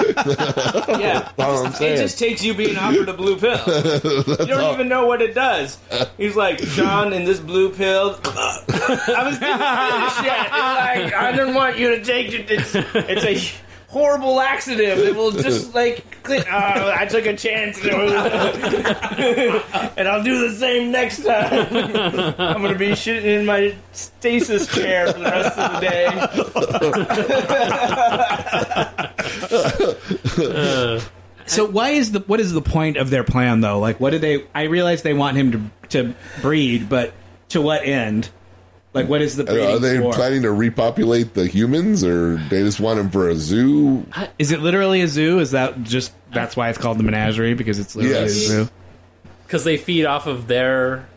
Speaker 3: Yeah,
Speaker 5: That's what I'm
Speaker 3: it
Speaker 5: saying.
Speaker 3: just takes you being offered a blue pill. you don't even know what it does. He's like, Sean, in this blue pill. I was gonna finish yet. It's like, I didn't want you to take it. It's, it's a horrible accident. It will just like, clean. Oh, I took a chance, and, it was- and I'll do the same next time. I'm gonna be shitting in my stasis chair for the rest of the day.
Speaker 1: So why is the what is the point of their plan though? Like what do they I realize they want him to to breed, but to what end? Like what is the
Speaker 5: I don't
Speaker 1: breeding
Speaker 5: know, Are they
Speaker 1: for?
Speaker 5: planning to repopulate the humans, or they just want him for a zoo?
Speaker 1: Is it literally a zoo? Is that just that's why it's called the menagerie because it's literally
Speaker 5: Yes.
Speaker 1: a zoo?
Speaker 2: because they feed off of their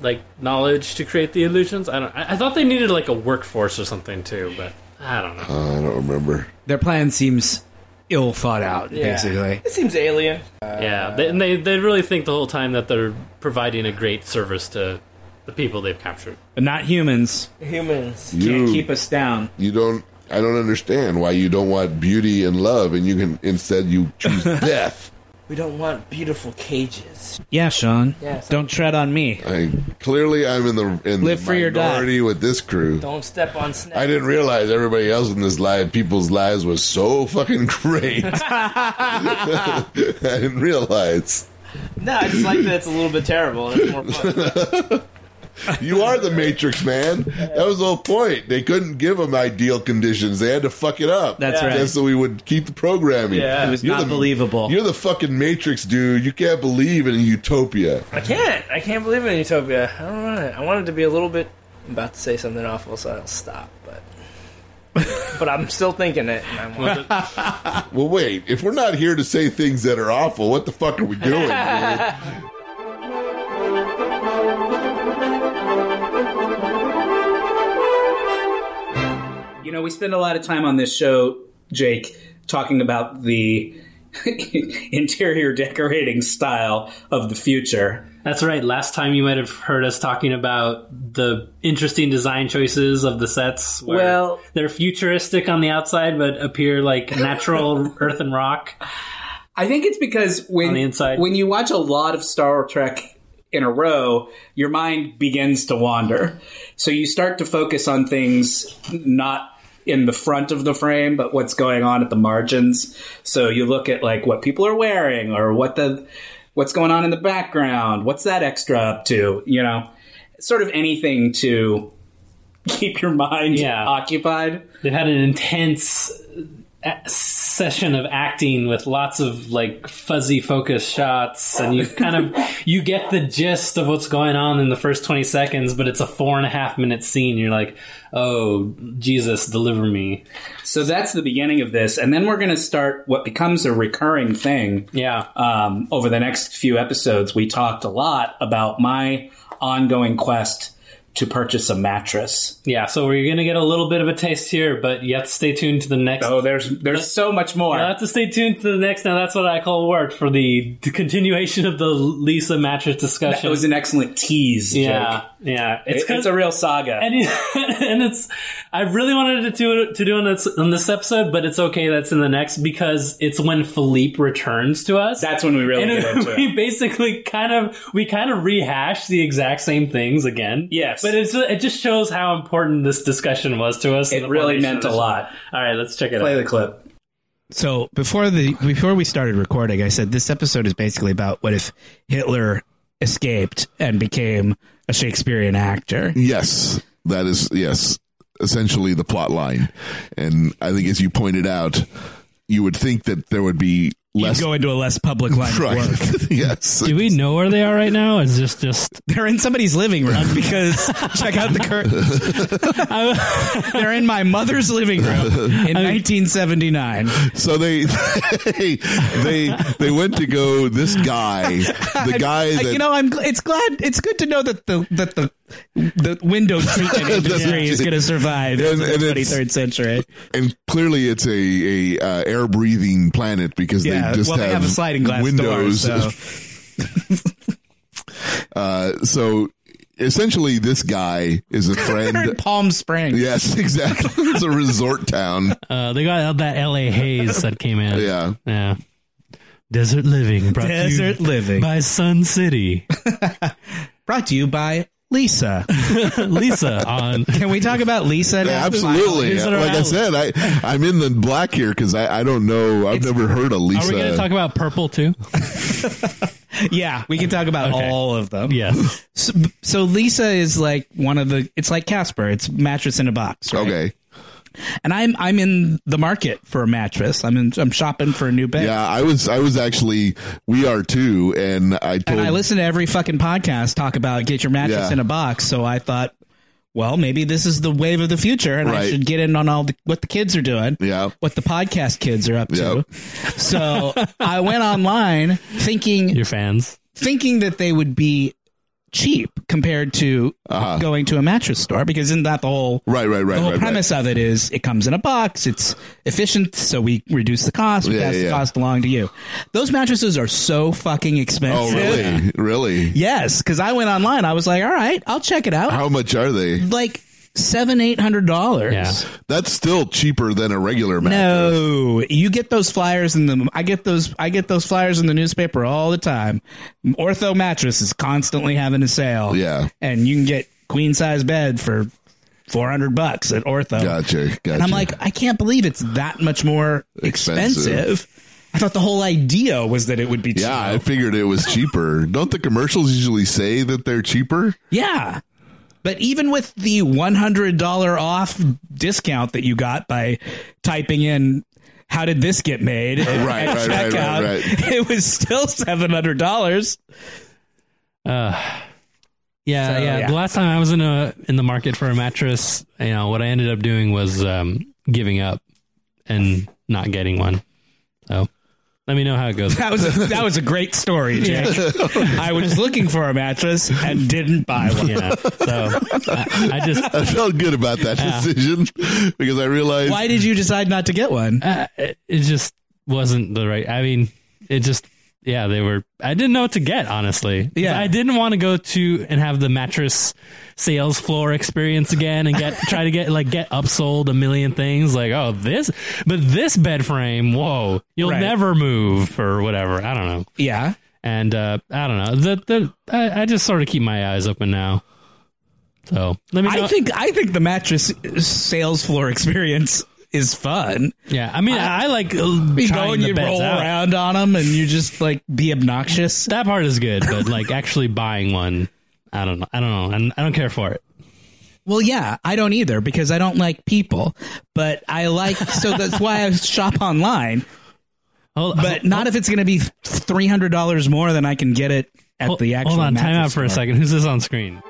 Speaker 2: like knowledge to create the illusions. I don't. I, I thought they needed like a workforce or something too, but I don't know.
Speaker 5: Uh, I don't remember.
Speaker 1: Their plan seems ill thought out
Speaker 3: Yeah.
Speaker 1: basically.
Speaker 3: It seems alien.
Speaker 2: yeah, they, and they they really think the whole time that they're providing a great service to the people they've captured.
Speaker 1: But not humans.
Speaker 3: Humans.
Speaker 5: You
Speaker 1: Can't keep us down.
Speaker 5: you don't. I don't understand why you don't want beauty and love, and you can instead you choose death.
Speaker 3: We don't want beautiful cages.
Speaker 1: Yeah, Sean.
Speaker 3: Yes.
Speaker 1: Don't tread on me.
Speaker 5: I, clearly, I'm in the in
Speaker 1: Live
Speaker 5: the
Speaker 1: free or die.
Speaker 5: minority with this crew.
Speaker 3: Don't step on snakes.
Speaker 5: I didn't realize everybody else in this live people's lives was so fucking great. I didn't realize
Speaker 3: No, I just like that it's a little bit terrible. It's more fun.
Speaker 5: you are the Matrix, man. That was the whole point. They couldn't give them ideal conditions. They had to fuck it up.
Speaker 1: That's
Speaker 3: Yeah.
Speaker 1: right.
Speaker 5: Just so we would keep the programming.
Speaker 3: Yeah. It
Speaker 1: was
Speaker 5: You're
Speaker 1: not believable.
Speaker 5: You're the fucking Matrix, dude. You can't believe in a utopia.
Speaker 3: I can't. I can't believe in Utopia. I don't want it. I want it to be a little bit. I'm about to say something awful, so I'll stop. But but I'm still thinking it. and I want it.
Speaker 5: Well, wait. If we're not here to say things that are awful, what the fuck are we doing? dude?
Speaker 6: You know, we spend a lot of time on this show, Jake, talking about the interior decorating style of the future.
Speaker 2: That's right. Last time you might have heard us talking about the interesting design choices of the sets. Where
Speaker 6: Well-
Speaker 2: they're futuristic on the outside, but appear like natural earth and rock.
Speaker 6: I think it's because when
Speaker 2: On the inside.
Speaker 6: when you watch a lot of Star Trek in a row, your mind begins to wander. So you start to focus on things not in the front of the frame, but what's going on at the margins. So you look at like what people are wearing or what the what's going on in the background, what's that extra up to, you know? Sort of anything to keep your mind
Speaker 2: Yeah.
Speaker 6: occupied.
Speaker 2: They've had an intense a- session of acting with lots of like fuzzy focus shots and you kind of you get the gist of what's going on in the first 20 seconds but it's a four and a half minute scene you're like oh jesus deliver me
Speaker 6: So that's the beginning of this, and then we're going to start what becomes a recurring thing.
Speaker 2: yeah Uh,
Speaker 6: um, over the next few episodes, we talked a lot about my ongoing quest to purchase a mattress.
Speaker 2: yeah so we're gonna get a little bit of a taste here but you have to stay tuned to the next
Speaker 6: Oh, there's there's so much more.
Speaker 2: You'll have to stay tuned to the next. Now that's what I call work for the, the continuation of the Lisa mattress discussion.
Speaker 6: It was an excellent tease.
Speaker 2: yeah,
Speaker 6: Jake.
Speaker 2: yeah.
Speaker 6: It- it's,
Speaker 2: kind
Speaker 6: a real saga.
Speaker 2: and, and it's I really wanted to do it to do on this on this episode, but it's okay. That's in the next because it's when Philippe returns to us.
Speaker 6: that's when we really
Speaker 2: and
Speaker 6: get into
Speaker 2: we
Speaker 6: it.
Speaker 2: basically kind of we kind of rehash the exact same things again.
Speaker 6: Yes.
Speaker 2: but it's it just shows how important this discussion was to us. and
Speaker 6: It
Speaker 2: the
Speaker 6: really
Speaker 2: formation
Speaker 6: meant
Speaker 2: of
Speaker 6: a
Speaker 2: this.
Speaker 6: lot.
Speaker 2: All right, let's check it
Speaker 6: Play
Speaker 2: out.
Speaker 6: the clip.
Speaker 9: So before the before we started recording, I said this episode is basically about what if Hitler escaped and became a Shakespearean actor.
Speaker 5: Yes, that is yes, essentially the plot line, and I think as you pointed out, you would think that there would be
Speaker 9: Let's
Speaker 5: less
Speaker 9: go into a less public line of
Speaker 5: Right.
Speaker 9: work.
Speaker 5: yes,
Speaker 10: Do we know where they are right now? Is this just
Speaker 9: They're in somebody's living room because check out the curtains. They're in my mother's living room in 1979.
Speaker 5: so they they they they went to go. This guy, the guy
Speaker 9: I-
Speaker 5: that
Speaker 9: you know, I'm. gl- It's glad. It's good to know that the that the
Speaker 1: the window treatment industry is going to survive in
Speaker 5: And-
Speaker 1: the
Speaker 5: and it's-
Speaker 1: 23rd century.
Speaker 5: and clearly it's a a uh, air breathing planet because
Speaker 1: Yeah,
Speaker 5: they just
Speaker 1: well, they
Speaker 5: have,
Speaker 1: have a sliding glass
Speaker 5: windows.
Speaker 1: door, so-
Speaker 5: uh, so essentially, this guy is a
Speaker 1: They're in
Speaker 5: friend.
Speaker 1: Palm Springs.
Speaker 5: yes, exactly. It's a resort town.
Speaker 2: Uh, they got that LA haze that came in.
Speaker 5: Yeah.
Speaker 2: Yeah. Desert living brought
Speaker 1: Desert
Speaker 2: to you
Speaker 1: living.
Speaker 2: by Sun City.
Speaker 1: Brought to you by Lisa.
Speaker 2: Lisa on
Speaker 1: Can we talk about Lisa? now?
Speaker 5: Absolutely.
Speaker 2: Is it
Speaker 5: Like I
Speaker 2: around?
Speaker 5: said, I I'm in the black here because I, I don't know. I've never heard
Speaker 2: Are
Speaker 5: of
Speaker 2: we
Speaker 5: Lisa.
Speaker 2: going to talk about purple too?
Speaker 1: Yeah, we can talk about
Speaker 2: Okay.
Speaker 1: all of them.
Speaker 2: Yes.
Speaker 1: So, so Lisa is like one of the. It's like Casper. It's mattress in a box. Right?
Speaker 5: okay.
Speaker 1: And I'm I'm in the market for a mattress. I'm in, I'm shopping for a new bed.
Speaker 5: Yeah, I was I was actually we are too, and I told
Speaker 1: And I listen to every fucking podcast talk about get your mattress
Speaker 5: Yeah.
Speaker 1: in a box. So I thought, well, maybe this is the wave of the future, and I
Speaker 5: Right.
Speaker 1: should get in on all the, what the kids are doing.
Speaker 5: Yeah.
Speaker 1: what the podcast kids are up
Speaker 5: Yep.
Speaker 1: to. So I went online thinking
Speaker 2: Your fans.
Speaker 1: thinking that they would be cheap compared to going to a mattress store because isn't that the whole
Speaker 5: Uh-huh. right, right, right,
Speaker 1: the whole
Speaker 5: right, right.
Speaker 1: premise of it is it comes in a box it's efficient so we reduce the cost we
Speaker 5: Yeah,
Speaker 1: pass
Speaker 5: yeah,
Speaker 1: the
Speaker 5: yeah.
Speaker 1: cost along to you those mattresses are so fucking
Speaker 5: Oh,
Speaker 1: expensive
Speaker 5: really? Really?
Speaker 1: yes because i went online i was like all right i'll check it out
Speaker 5: How much are they?
Speaker 1: like seven eight hundred dollars
Speaker 2: Yeah.
Speaker 5: That's still cheaper than a regular mattress.
Speaker 1: no, you get those flyers in the. I get those. I get those flyers in the newspaper all the time. Ortho mattress is constantly having a sale.
Speaker 5: Yeah.
Speaker 1: and you can get queen size bed for four hundred bucks at Ortho.
Speaker 5: Gotcha. Gotcha.
Speaker 1: And I'm like, I can't believe it's that much more
Speaker 5: Expensive.
Speaker 1: expensive. I thought the whole idea was that it would be cheap.
Speaker 5: yeah, I figured it was cheaper. Don't the commercials usually say that they're cheaper?
Speaker 1: Yeah. But even with the $100 off discount that you got by typing in how did this get made at
Speaker 5: Right, right, right, right,
Speaker 1: checkout,
Speaker 5: right.
Speaker 1: it was still $700.
Speaker 2: Yeah,
Speaker 1: So,
Speaker 2: yeah.
Speaker 1: yeah.
Speaker 2: The last time I was in a in the market for a mattress, you know, what I ended up doing was um, giving up and not getting one. So let me know how it goes.
Speaker 1: That was a, that was a great story, Jake. I was looking for a mattress and didn't buy one.
Speaker 2: yeah. So I, I just
Speaker 5: I felt good about that decision because I realized
Speaker 1: Why did you decide not to get one?
Speaker 2: uh, it it just wasn't the right. I mean, it just yeah, they were. I didn't know what to get honestly.
Speaker 1: Yeah.
Speaker 2: I didn't want to go to and have the mattress sales floor experience again and get try to get like get upsold a million things like oh this but this bed frame whoa you'll
Speaker 1: Right.
Speaker 2: never move or whatever I don't know
Speaker 1: Yeah.
Speaker 2: and uh, I don't know the the I, I just sort of keep my eyes open now. So let me. Know.
Speaker 1: I think I think the mattress sales floor experience is fun.
Speaker 2: yeah. I mean, I, I like uh,
Speaker 1: You go
Speaker 2: trying
Speaker 1: and
Speaker 2: the
Speaker 1: you
Speaker 2: beds
Speaker 1: roll
Speaker 2: out.
Speaker 1: around on them and you just like be obnoxious.
Speaker 2: that part is good, but like actually buying one, I don't know. I don't know. I'm- I don't care for it.
Speaker 1: Well, yeah, I don't either because I don't like people, but I like so that's why I shop online.
Speaker 2: Hold,
Speaker 1: But not if it's going to be three hundred dollars more than I can get it at
Speaker 2: hold,
Speaker 1: the actual.
Speaker 2: hold on, time out
Speaker 1: mattress
Speaker 2: for a
Speaker 1: store.
Speaker 2: second. Who's this on screen?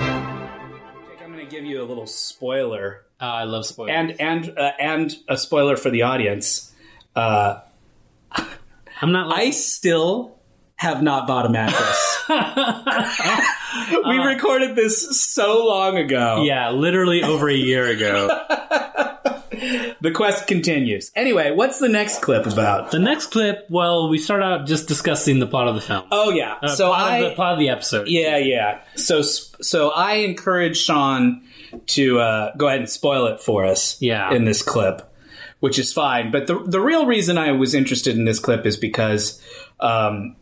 Speaker 6: I'm going to give you a little spoiler
Speaker 2: Uh, I love spoilers.
Speaker 6: and and uh, and a spoiler for the audience. Uh,
Speaker 2: I'm not.
Speaker 6: I still have not bought a mattress. we recorded this so long ago.
Speaker 2: Uh, yeah, literally over a year ago.
Speaker 6: The quest continues. Anyway, what's the next clip about?
Speaker 2: the next clip, well, we start out just discussing the plot of the film.
Speaker 6: Oh yeah.
Speaker 2: Uh,
Speaker 6: so
Speaker 2: plot
Speaker 6: I
Speaker 2: of the, plot of the episode.
Speaker 6: Yeah, yeah. So so I encourage Sean to uh, go ahead and spoil it for us.
Speaker 2: Yeah.
Speaker 6: In this clip, which is fine. But the the real reason I was interested in this clip is because um,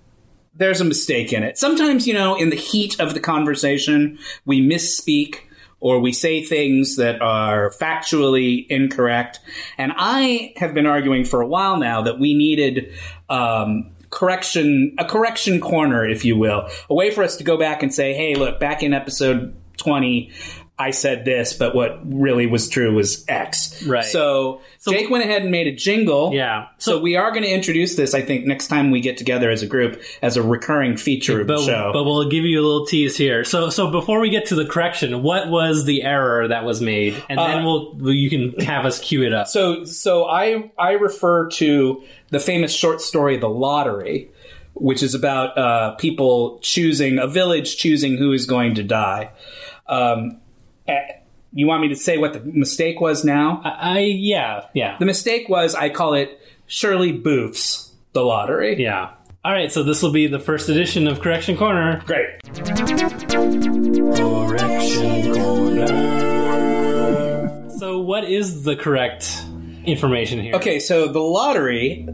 Speaker 6: there's a mistake in it. Sometimes you know, in the heat of the conversation, we misspeak. Or we say things that are factually incorrect. And I have been arguing for a while now that we needed um, correction a correction corner if you will a way for us to go back and say hey look back in episode 20 I said this, but what really was true was X.
Speaker 8: Right.
Speaker 6: So, Jake went ahead and made a jingle.
Speaker 8: Yeah.
Speaker 6: So, we are going to introduce this, I think, next time we get together as a group as a recurring feature of
Speaker 8: but,
Speaker 6: the show.
Speaker 8: but we'll give you a little tease here. So so before we get to the correction, what was the error that was made, and then we'll you can have us cue it up.
Speaker 6: Uh, So so I I refer to the famous short story The Lottery, which is about uh, people choosing a village choosing who is going to die. Um, eh, you want me to say what the mistake was now?
Speaker 8: I yeah yeah
Speaker 6: the mistake was I call it Shirley Boofs The Lottery.
Speaker 8: yeah. All right, so this will be the first edition of Correction Corner.
Speaker 6: Great.
Speaker 8: So what is the correct information here?
Speaker 6: Okay, so The Lottery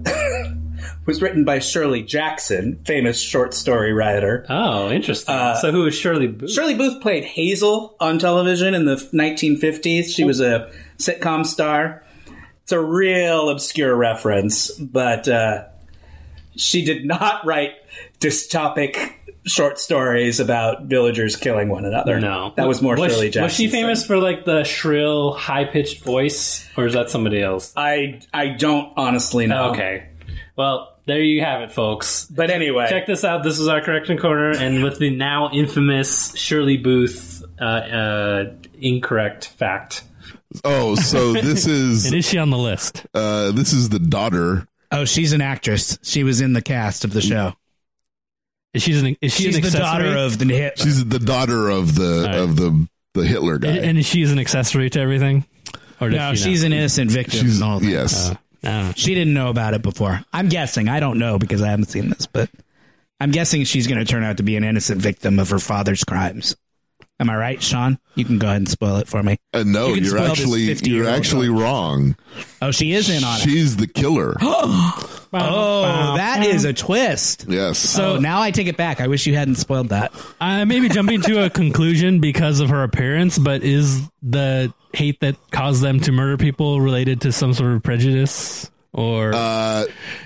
Speaker 6: was written by Shirley Jackson, famous short story writer.
Speaker 8: Oh, interesting.
Speaker 6: Uh,
Speaker 8: so who is Shirley Booth?
Speaker 6: Shirley Booth played Hazel on television in the 1950s. She was a sitcom star. It's a real obscure reference, but uh, she did not write dystopic short stories about villagers killing one another.
Speaker 8: no,
Speaker 6: that was more
Speaker 8: was
Speaker 6: Shirley
Speaker 8: she,
Speaker 6: Jackson.
Speaker 8: Was she famous for like the shrill, high pitched voice, or is that somebody else?
Speaker 6: I I don't honestly know.
Speaker 8: Okay, well there you have it, folks.
Speaker 6: but anyway,
Speaker 8: check this out. This is our correction corner, and with the now infamous Shirley Booth uh, uh, incorrect fact.
Speaker 5: Oh, so this is
Speaker 2: Is she on the list?
Speaker 5: uh this is the daughter.
Speaker 1: Oh, she's an actress. She was in the cast of the show.
Speaker 2: Is she an is she
Speaker 1: She's
Speaker 2: an
Speaker 1: the
Speaker 2: accessory?
Speaker 1: daughter of the hit.
Speaker 5: She's the daughter of the of the the Hitler guy.
Speaker 2: and, and is she an accessory to everything? Or did
Speaker 1: uh, No,
Speaker 2: she not?
Speaker 1: she's an innocent victim.
Speaker 5: She's
Speaker 1: and all that. uh,
Speaker 5: yes.
Speaker 2: Oh.
Speaker 1: She didn't know about it before. I'm guessing. I don't know because I haven't seen this, but I'm guessing she's going to turn out to be an innocent victim of her father's crimes. Am I right, Sean? You can go ahead and spoil it for me.
Speaker 5: Uh, no,
Speaker 1: You can
Speaker 5: you are
Speaker 1: spoil this
Speaker 5: actually
Speaker 1: 50-year-old
Speaker 5: you're actually wrong.
Speaker 1: Oh, she is in on it.
Speaker 5: She's the killer.
Speaker 1: Oh, that is a twist.
Speaker 5: yes.
Speaker 1: So now I take it back. I wish you hadn't spoiled that.
Speaker 2: I may be jumping to a conclusion because of her appearance, but is the hate that caused them to murder people related to some sort of prejudice or
Speaker 5: uh,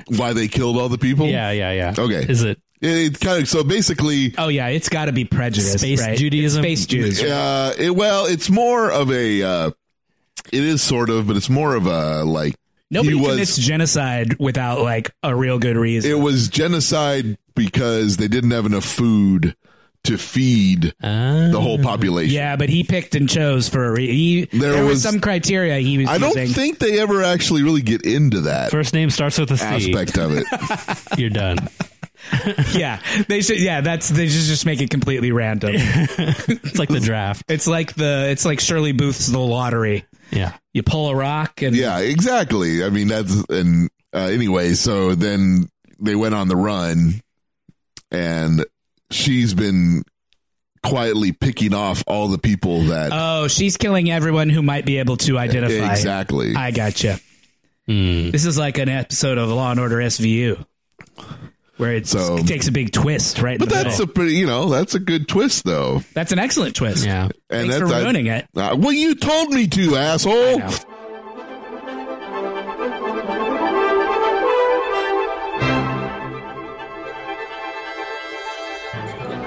Speaker 5: why they killed all the people?
Speaker 2: yeah, yeah, yeah.
Speaker 5: Okay.
Speaker 2: Is it
Speaker 5: It, kind of so basically
Speaker 1: Oh yeah, it's got to be prejudice.
Speaker 2: Space
Speaker 1: right?
Speaker 2: Judaism?
Speaker 1: It's space Jews.
Speaker 5: uh it, well, it's more of a uh it is sort of, but it's more of a like
Speaker 1: Nobody
Speaker 5: he was
Speaker 1: commits genocide without like a real good reason.
Speaker 5: it was genocide because they didn't have enough food to feed the whole population.
Speaker 1: Ah. yeah, but he picked and chose for a re- he, there,
Speaker 5: There
Speaker 1: was,
Speaker 5: was-
Speaker 1: some criteria he was
Speaker 5: I don't
Speaker 1: using.
Speaker 5: think they ever actually really get into that
Speaker 2: first name starts with a C?
Speaker 5: aspect of it.
Speaker 2: You're done.
Speaker 1: yeah, they should. Yeah, that's they just just make it completely random.
Speaker 2: It's like the draft.
Speaker 1: it's like the it's like Shirley Booth's the lottery.
Speaker 2: Yeah.
Speaker 1: You pull a rock and
Speaker 5: yeah, exactly. I mean, that's and uh, anyway, so then they went on the run, and she's been quietly picking off all the people that
Speaker 1: oh, she's killing everyone who might be able to identify.
Speaker 5: exactly.
Speaker 1: I gotcha.
Speaker 2: Hmm.
Speaker 1: This is like an episode of Law and Order SVU, where it's,
Speaker 5: So-
Speaker 1: it takes a big twist right.
Speaker 5: but
Speaker 1: in the
Speaker 5: that's a
Speaker 1: middle.
Speaker 5: pretty, you know, that's a good twist though.
Speaker 1: that's an excellent twist.
Speaker 2: Yeah.
Speaker 5: And
Speaker 1: Thanks for
Speaker 5: that's I-
Speaker 1: ruining it.
Speaker 5: Uh, well, you told me to, asshole.
Speaker 1: know.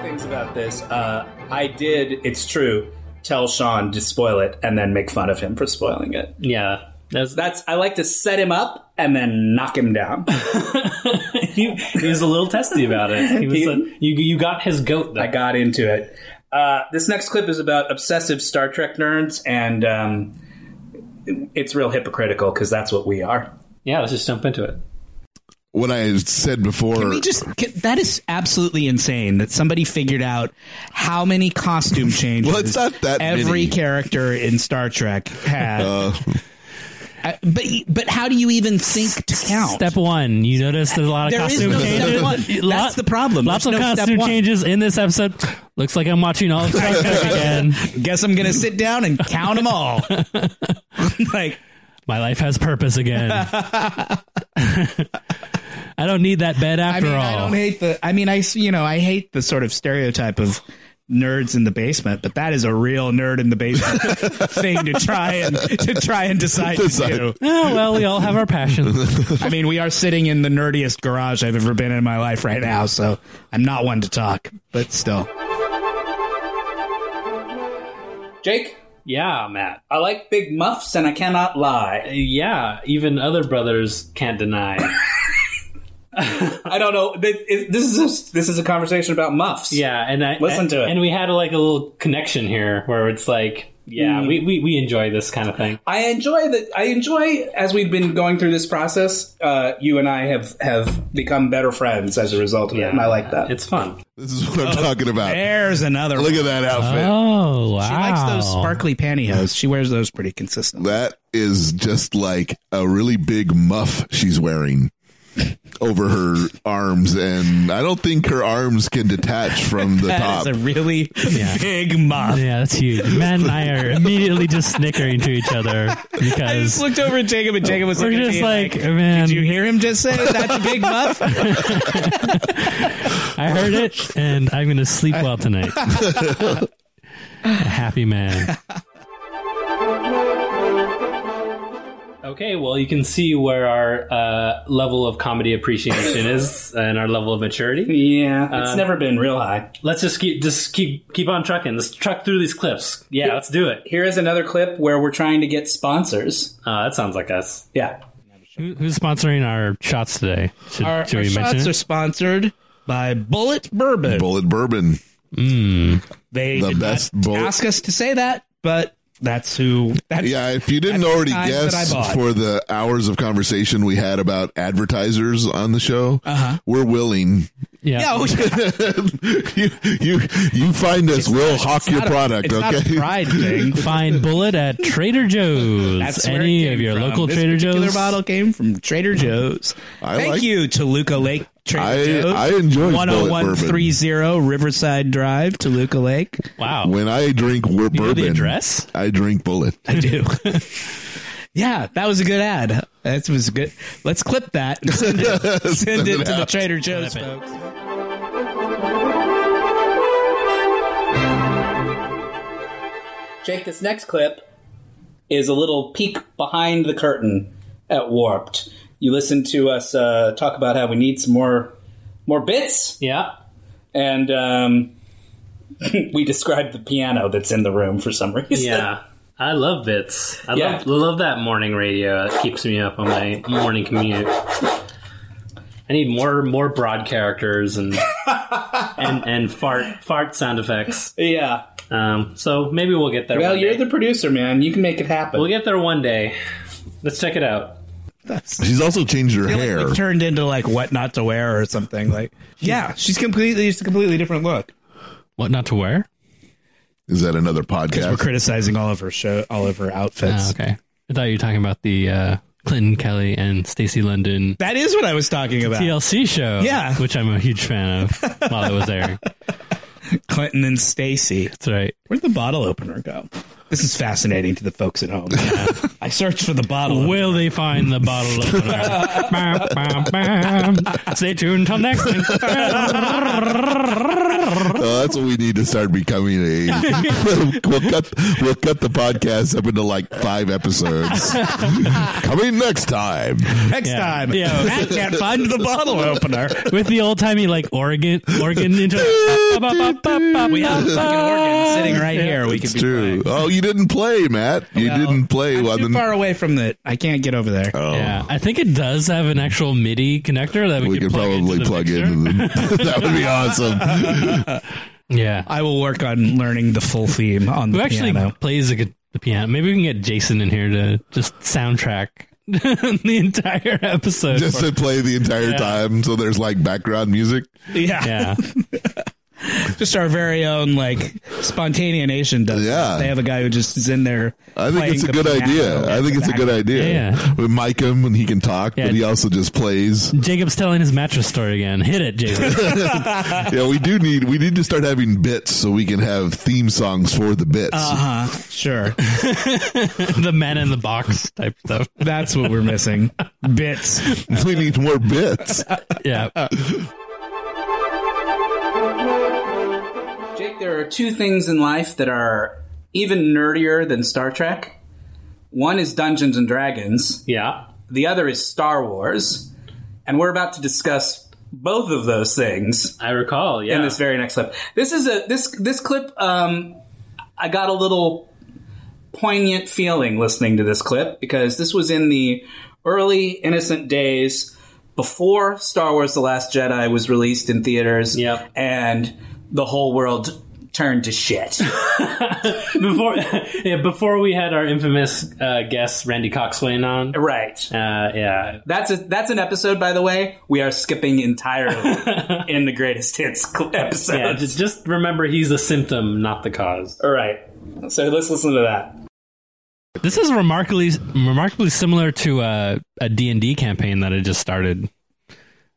Speaker 6: things about this. Uh, I did. It's true. Tell Sean to spoil it, and then make fun of him for spoiling it.
Speaker 8: Yeah, that's that.
Speaker 6: That's I like to set him up and then knock him down.
Speaker 8: He, he was a little testy about it. He was
Speaker 6: He-
Speaker 8: like, you you got his goat. Though.
Speaker 6: I got into it. Uh, this next clip is about obsessive Star Trek nerds, and um, it's real hypocritical because that's what we are.
Speaker 8: yeah, let's just jump into it.
Speaker 5: What I had said before.
Speaker 1: Can we just can- that is absolutely insane that somebody figured out how many costume changes
Speaker 5: Well, it's not that
Speaker 1: every
Speaker 5: many. Uh.
Speaker 1: character in Star Trek had. I- but but how do you even think to count?
Speaker 2: Step one, you notice there's a lot of
Speaker 1: There is
Speaker 2: costume
Speaker 1: no step
Speaker 2: changes.
Speaker 1: one. That's the problem.
Speaker 2: Lots
Speaker 1: There's
Speaker 2: of
Speaker 1: no step
Speaker 2: costume
Speaker 1: one.
Speaker 2: changes in this episode. Looks like I'm watching all of Star Trek again.
Speaker 1: Guess I'm gonna sit down and count them all. like
Speaker 2: My life has purpose again. I don't need that bed
Speaker 1: I
Speaker 2: after
Speaker 1: mean, I
Speaker 2: all.
Speaker 1: don't hate the. I mean, I s- you know I hate the sort of stereotype of nerds in the basement, but that is a real nerd in the basement thing to try and to try and decide to
Speaker 5: Decide.
Speaker 1: do.
Speaker 2: oh, well, we all have our passions.
Speaker 1: I mean, we are sitting in the nerdiest garage I've ever been in my life right now, so I'm not one to talk, but still.
Speaker 6: Jake,
Speaker 11: Yeah, Matt.
Speaker 6: I like big muffs and I cannot lie.
Speaker 11: Yeah, even other brothers can't deny.
Speaker 6: I don't know. This is this is a, this is a conversation about muffs.
Speaker 11: yeah, and I
Speaker 6: Listen to it.
Speaker 11: And we had like a little connection here where it's like,
Speaker 1: Hmm.
Speaker 11: yeah, we, we we enjoy this kind of thing.
Speaker 6: I enjoy that. I enjoy as we've been going through this process. Uh, you and I have have become better friends as a result of it, and I like that.
Speaker 11: It's fun.
Speaker 5: This is what I'm
Speaker 1: Oh,
Speaker 5: talking about.
Speaker 1: There's another.
Speaker 5: Look at that outfit.
Speaker 2: Oh wow!
Speaker 1: She likes those sparkly pantyhose. She wears those pretty consistently.
Speaker 5: That is just like a really big muff she's wearing over her arms, and I don't think her arms can detach from the
Speaker 1: That
Speaker 5: top.
Speaker 1: is a really big muff.
Speaker 2: Yeah, that's huge. Matt and I are immediately just snickering to each other
Speaker 1: I just
Speaker 2: because
Speaker 1: looked over at Jacob, and Jacob was
Speaker 2: we're
Speaker 1: looking at
Speaker 2: just
Speaker 1: me
Speaker 2: like, man,
Speaker 1: Did you hear him just say that's a big muff?
Speaker 2: I heard it, and I'm going to sleep well tonight. A happy man.
Speaker 11: Okay, well, you can see where our uh, level of comedy appreciation is and our level of maturity.
Speaker 6: yeah, it's never been real high.
Speaker 11: Let's just keep just keep keep on trucking. Let's truck through these clips. Yeah, let's do it.
Speaker 6: Here is another clip where we're trying to get sponsors.
Speaker 11: Uh, that sounds like us.
Speaker 6: Yeah,
Speaker 2: Who, who's sponsoring our shots today? Should,
Speaker 1: our,
Speaker 2: should
Speaker 1: our
Speaker 2: we mention
Speaker 1: shots
Speaker 2: it?
Speaker 1: are sponsored by Bullet Bourbon.
Speaker 5: Bullet bourbon.
Speaker 1: they
Speaker 5: The
Speaker 1: did not
Speaker 5: best bullet-
Speaker 1: ask us to say that, but that's who. That's
Speaker 5: Yeah, if you didn't already
Speaker 1: the size that
Speaker 5: guess
Speaker 1: I bought.
Speaker 5: for the hours of conversation we had about advertisers on the show,
Speaker 1: Uh-huh.
Speaker 5: we're willing.
Speaker 2: Yeah.
Speaker 1: Yeah, oh, yeah.
Speaker 5: you, you you find us, we'll hawk your
Speaker 1: Not a-
Speaker 5: product.
Speaker 1: it's not a
Speaker 5: okay,
Speaker 1: pride thing.
Speaker 2: Find Bullet at Trader Joe's.
Speaker 1: That's where it
Speaker 2: Any
Speaker 1: came
Speaker 2: of your
Speaker 1: from.
Speaker 2: local
Speaker 1: This
Speaker 2: Trader
Speaker 1: particular
Speaker 2: Joe's.
Speaker 1: bottle came from Trader Joe's.
Speaker 5: Mm-hmm. I
Speaker 1: Thank
Speaker 5: like-
Speaker 1: you, Toluca Lake Trader
Speaker 5: I-
Speaker 1: Joe's.
Speaker 5: I enjoy Bullet Bourbon.
Speaker 1: 10130 Riverside Drive, Toluca Lake.
Speaker 2: Wow.
Speaker 5: When I drink wor-
Speaker 2: You know the
Speaker 5: bourbon,
Speaker 2: address?
Speaker 5: I drink bullet.
Speaker 1: I do. yeah, that was a good ad. That was good. Let's clip that and send it, send it to the Trader Joe's folks.
Speaker 6: Jake. This next clip is a little peek behind the curtain at Warped. You listen to us uh, talk about how we need some more more bits,
Speaker 11: Yeah.
Speaker 6: and um, we described the piano that's in the room for some reason.
Speaker 11: Yeah. I love bits. I
Speaker 6: Yeah.
Speaker 11: love, love that morning radio. It keeps me up on my morning commute. I need more more broad characters and and and fart fart sound effects.
Speaker 6: yeah.
Speaker 11: Um, so maybe we'll get there.
Speaker 6: Well,
Speaker 11: one
Speaker 6: you're
Speaker 11: day.
Speaker 6: the producer, man. You can make it happen.
Speaker 11: We'll get there one day. Let's check it out.
Speaker 5: She's also changed her
Speaker 1: feel like
Speaker 5: hair.
Speaker 1: we've turned into like what not to wear or something like yeah she's completely it's a completely different look
Speaker 2: What not to wear?
Speaker 5: Is that another
Speaker 1: because we're
Speaker 5: podcast?
Speaker 1: criticizing all of her show all of her outfits
Speaker 2: Ah, okay. I thought you were talking about the uh, Clinton Kelly and Stacey London
Speaker 1: that is what i was talking about
Speaker 2: TLC show.
Speaker 1: Yeah.
Speaker 2: Which I'm a huge fan of while it was airing.
Speaker 1: clinton and stacy
Speaker 2: That's right.
Speaker 1: where'd the bottle opener go this is fascinating to the folks at home i searched for the bottle opener.
Speaker 2: Will they find the bottle opener? bam, bam, bam. Stay tuned till next time.
Speaker 5: Oh, that's what we need to start becoming. A we'll, we'll cut we'll cut the podcast up into like five episodes. Coming next time.
Speaker 1: next
Speaker 2: Yeah.
Speaker 1: time
Speaker 2: Yeah.
Speaker 1: Matt can't find the bottle opener
Speaker 2: With the old timey like organ organ into
Speaker 1: we have a fucking organ sitting right here we could
Speaker 5: It's
Speaker 1: be
Speaker 5: true. Oh, you didn't play, Matt. You
Speaker 1: Well,
Speaker 5: didn't play.
Speaker 1: I'm
Speaker 5: on
Speaker 1: too
Speaker 5: the-
Speaker 1: far away from the i can't get over there
Speaker 5: Oh,
Speaker 2: Yeah, I think it does have an actual MIDI connector that we,
Speaker 5: we
Speaker 2: could
Speaker 5: could
Speaker 2: plug
Speaker 5: probably
Speaker 2: into the
Speaker 5: plug
Speaker 2: mixer.
Speaker 5: into them. that would be awesome.
Speaker 2: Yeah,
Speaker 1: I will work on learning the full theme on the
Speaker 2: who actually
Speaker 1: piano.
Speaker 2: plays the, gu- the piano? Maybe we can get Jason in here to just soundtrack the entire episode.
Speaker 5: Just to play the entire time, so there's like background music.
Speaker 1: Yeah.
Speaker 2: yeah,
Speaker 1: just our very own like spontanea nation does.
Speaker 5: Yeah.
Speaker 1: that. they have a guy who just is in there.
Speaker 5: I think
Speaker 1: playing
Speaker 5: it's a
Speaker 1: the
Speaker 5: good
Speaker 1: piano
Speaker 5: idea. I
Speaker 1: as
Speaker 5: think
Speaker 1: the
Speaker 5: it's a good
Speaker 1: background.
Speaker 5: idea.
Speaker 2: Yeah.
Speaker 5: We mic him and he can talk,
Speaker 2: Yeah.
Speaker 5: but he also just plays.
Speaker 2: Jacob's telling his mattress story again. Hit it, Jacob.
Speaker 5: yeah, we do need we need to start having bits so we can have theme songs for the bits.
Speaker 1: Uh huh. Sure,
Speaker 2: the man in the box type stuff.
Speaker 1: that's what we're missing. Bits.
Speaker 5: we need more bits.
Speaker 2: Yeah,
Speaker 6: Jake, there are two things in life that are even nerdier than Star Trek. One is Dungeons and Dragons,
Speaker 11: Yeah.
Speaker 6: the other is Star Wars, and we're about to discuss both of those things
Speaker 11: I recall, yeah.
Speaker 6: in this very next clip. This is a this this clip um I got a little poignant feeling listening to this clip because this was in the early innocent days before Star Wars The Last Jedi was released in theaters
Speaker 12: Yep.
Speaker 6: and the whole world turned to shit.
Speaker 12: before yeah, before we had our infamous uh, guest Randy Coxwain on.
Speaker 6: right.
Speaker 12: Uh, yeah,
Speaker 6: That's a, that's an episode, by the way. We are skipping entirely in the greatest hits cl- episode.
Speaker 12: yeah. Just, just remember, he's the symptom, not the cause.
Speaker 6: All right. So let's listen to that.
Speaker 2: This is remarkably remarkably similar to uh, a D and D campaign that I just started.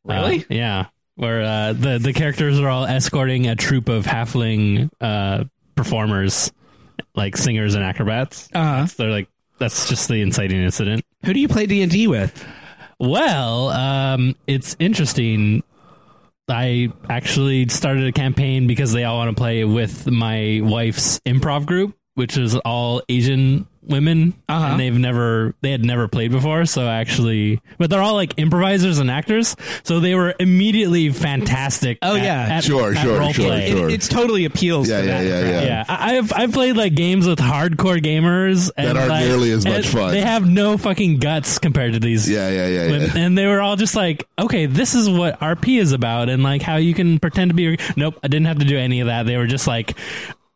Speaker 2: Really? yeah. Where uh, the the characters are all escorting a troop of halfling uh, performers, like singers and acrobats.
Speaker 1: Uh,
Speaker 2: So they're like, that's just the inciting incident.
Speaker 1: who do you play D and D with?
Speaker 2: Well, um, it's interesting. I actually started a campaign because they all want to play with my wife's improv group, which is all Asian women,
Speaker 1: Uh-huh.
Speaker 2: and they've never they had never played before. So I actually, but they're all like improvisers and actors, so they were immediately fantastic.
Speaker 1: Oh,
Speaker 2: at-
Speaker 1: yeah.
Speaker 2: at-
Speaker 5: Sure,
Speaker 2: at
Speaker 5: sure,
Speaker 2: role
Speaker 5: sure,
Speaker 2: play.
Speaker 5: sure.
Speaker 1: It, it's totally appeals.
Speaker 5: Yeah,
Speaker 1: to
Speaker 5: yeah,
Speaker 1: that
Speaker 5: yeah,
Speaker 1: crowd.
Speaker 5: yeah.
Speaker 2: Yeah, I- I've I've played like games with hardcore gamers and,
Speaker 5: That aren't
Speaker 2: like,
Speaker 5: nearly as
Speaker 2: and
Speaker 5: much fun.
Speaker 2: They have no fucking guts compared to these
Speaker 5: Yeah, yeah, yeah,
Speaker 2: women.
Speaker 5: yeah.
Speaker 2: and they were all just like, okay, this is what RP is about, and like how you can pretend to be. Nope, I didn't have to do any of that. They were just like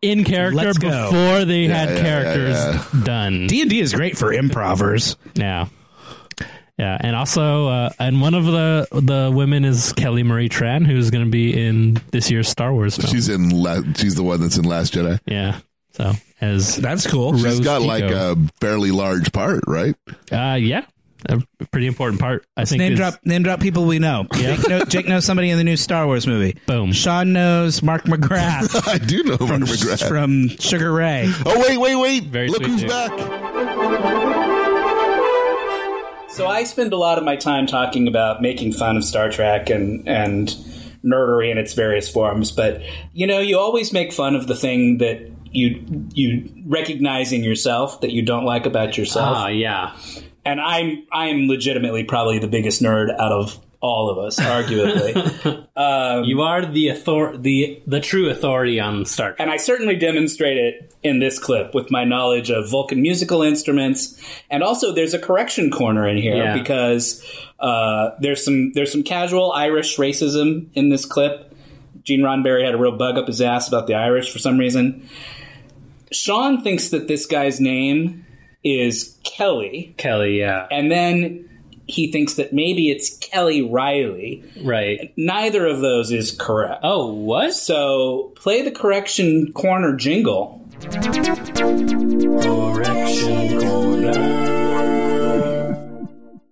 Speaker 2: in character
Speaker 1: Let's go.
Speaker 2: before they had
Speaker 5: yeah, yeah,
Speaker 2: characters done.
Speaker 1: D and D is great for improvers.
Speaker 2: Yeah. Yeah, and also, uh, and one of the the women is Kelly Marie Tran, who's going to be in this year's Star Wars film.
Speaker 5: She's in. La- she's the one that's in Last Jedi.
Speaker 2: yeah, so as
Speaker 1: That's cool.
Speaker 5: She's
Speaker 2: Rose
Speaker 5: got
Speaker 2: Tico.
Speaker 5: like a fairly large part, right?
Speaker 2: Uh, yeah, a pretty important part. I think.
Speaker 1: Name
Speaker 2: is-
Speaker 1: drop, name drop people we know. Jake, know. Jake knows somebody in the new Star Wars movie.
Speaker 2: Boom.
Speaker 1: Sean knows Mark McGrath
Speaker 5: I do know
Speaker 1: from,
Speaker 5: Mark McGrath.
Speaker 1: from Sugar Ray.
Speaker 5: oh wait, wait, wait!
Speaker 2: Very
Speaker 5: Look
Speaker 2: sweet
Speaker 5: who's
Speaker 2: dude.
Speaker 5: back!
Speaker 6: So I spend a lot of my time talking about making fun of Star Trek and and nerdery in its various forms, but you know, you always make fun of the thing that you you recognize in yourself that you don't like about yourself.
Speaker 2: Ah.
Speaker 12: Oh yeah,
Speaker 6: and I'm I'm legitimately probably the biggest nerd out of all of us, arguably.
Speaker 12: you are the author the the true authority on Star Trek.
Speaker 6: and I certainly demonstrate it in this clip with my knowledge of Vulcan musical instruments, and also there's a correction corner in here
Speaker 12: Yeah.
Speaker 6: because uh, there's some there's some casual Irish racism in this clip. Gene Roddenberry had a real bug up his ass about the Irish for some reason. Sean thinks that this guy's name is Kelly,
Speaker 12: Kelly, yeah,
Speaker 6: and then he thinks that maybe it's Kelly Riley.
Speaker 12: right.
Speaker 6: Neither of those is correct.
Speaker 12: Oh, what?
Speaker 6: So play the correction corner jingle. Correction corner.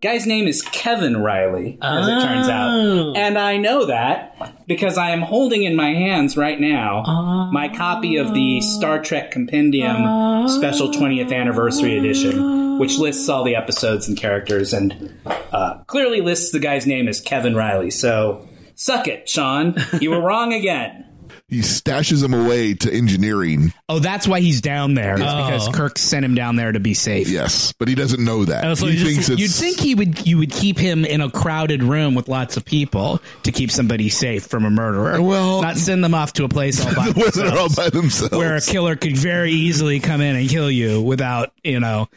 Speaker 6: Guy's name is Kevin Riley, as it turns
Speaker 12: Oh.
Speaker 6: out. And I know that because I am holding in my hands right now my copy of the Star Trek Compendium Special 20th Anniversary Edition, which lists all the episodes and characters and uh, clearly lists the guy's name as Kevin Riley. So suck it, Sean. You were wrong again.
Speaker 5: He stashes him away to engineering.
Speaker 1: Oh, that's why he's down there. It's because Kirk sent him down there to be safe.
Speaker 5: Yes, but he doesn't know that.
Speaker 2: Oh, so
Speaker 5: he
Speaker 2: he just-
Speaker 5: thinks it's.
Speaker 1: You'd think he would. You would keep him in a crowded room with lots of people to keep somebody safe from a murderer.
Speaker 5: Well-
Speaker 1: not send them off to a place all by
Speaker 5: where they're all by themselves.
Speaker 1: where a killer could very easily come in and kill you without you know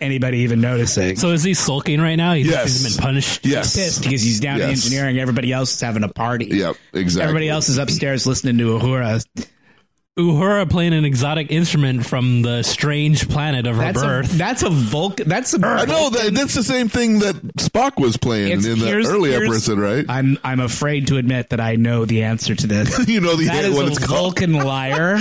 Speaker 1: anybody even noticing. So
Speaker 2: So is he sulking right now? He thinks
Speaker 5: Yes.
Speaker 2: he's been punished.
Speaker 5: yes.
Speaker 1: pissed because he's down in
Speaker 5: Yes.
Speaker 1: engineering. Everybody else is having a party.
Speaker 5: Yep. Exactly.
Speaker 1: Everybody else is upstairs listening to Uhura.
Speaker 2: Uhura playing an exotic instrument from the strange planet of her
Speaker 1: That's
Speaker 2: birth.
Speaker 1: a that's a Vulcan. That's a
Speaker 5: I know that that's the same thing that Spock was playing
Speaker 1: It's-
Speaker 5: in the
Speaker 1: here's-
Speaker 5: early
Speaker 1: here's-
Speaker 5: episode, right?
Speaker 1: I'm I'm afraid to admit that I know the answer to this.
Speaker 5: you know the
Speaker 1: That is
Speaker 5: what
Speaker 1: a
Speaker 5: it's called.
Speaker 1: Vulcan liar.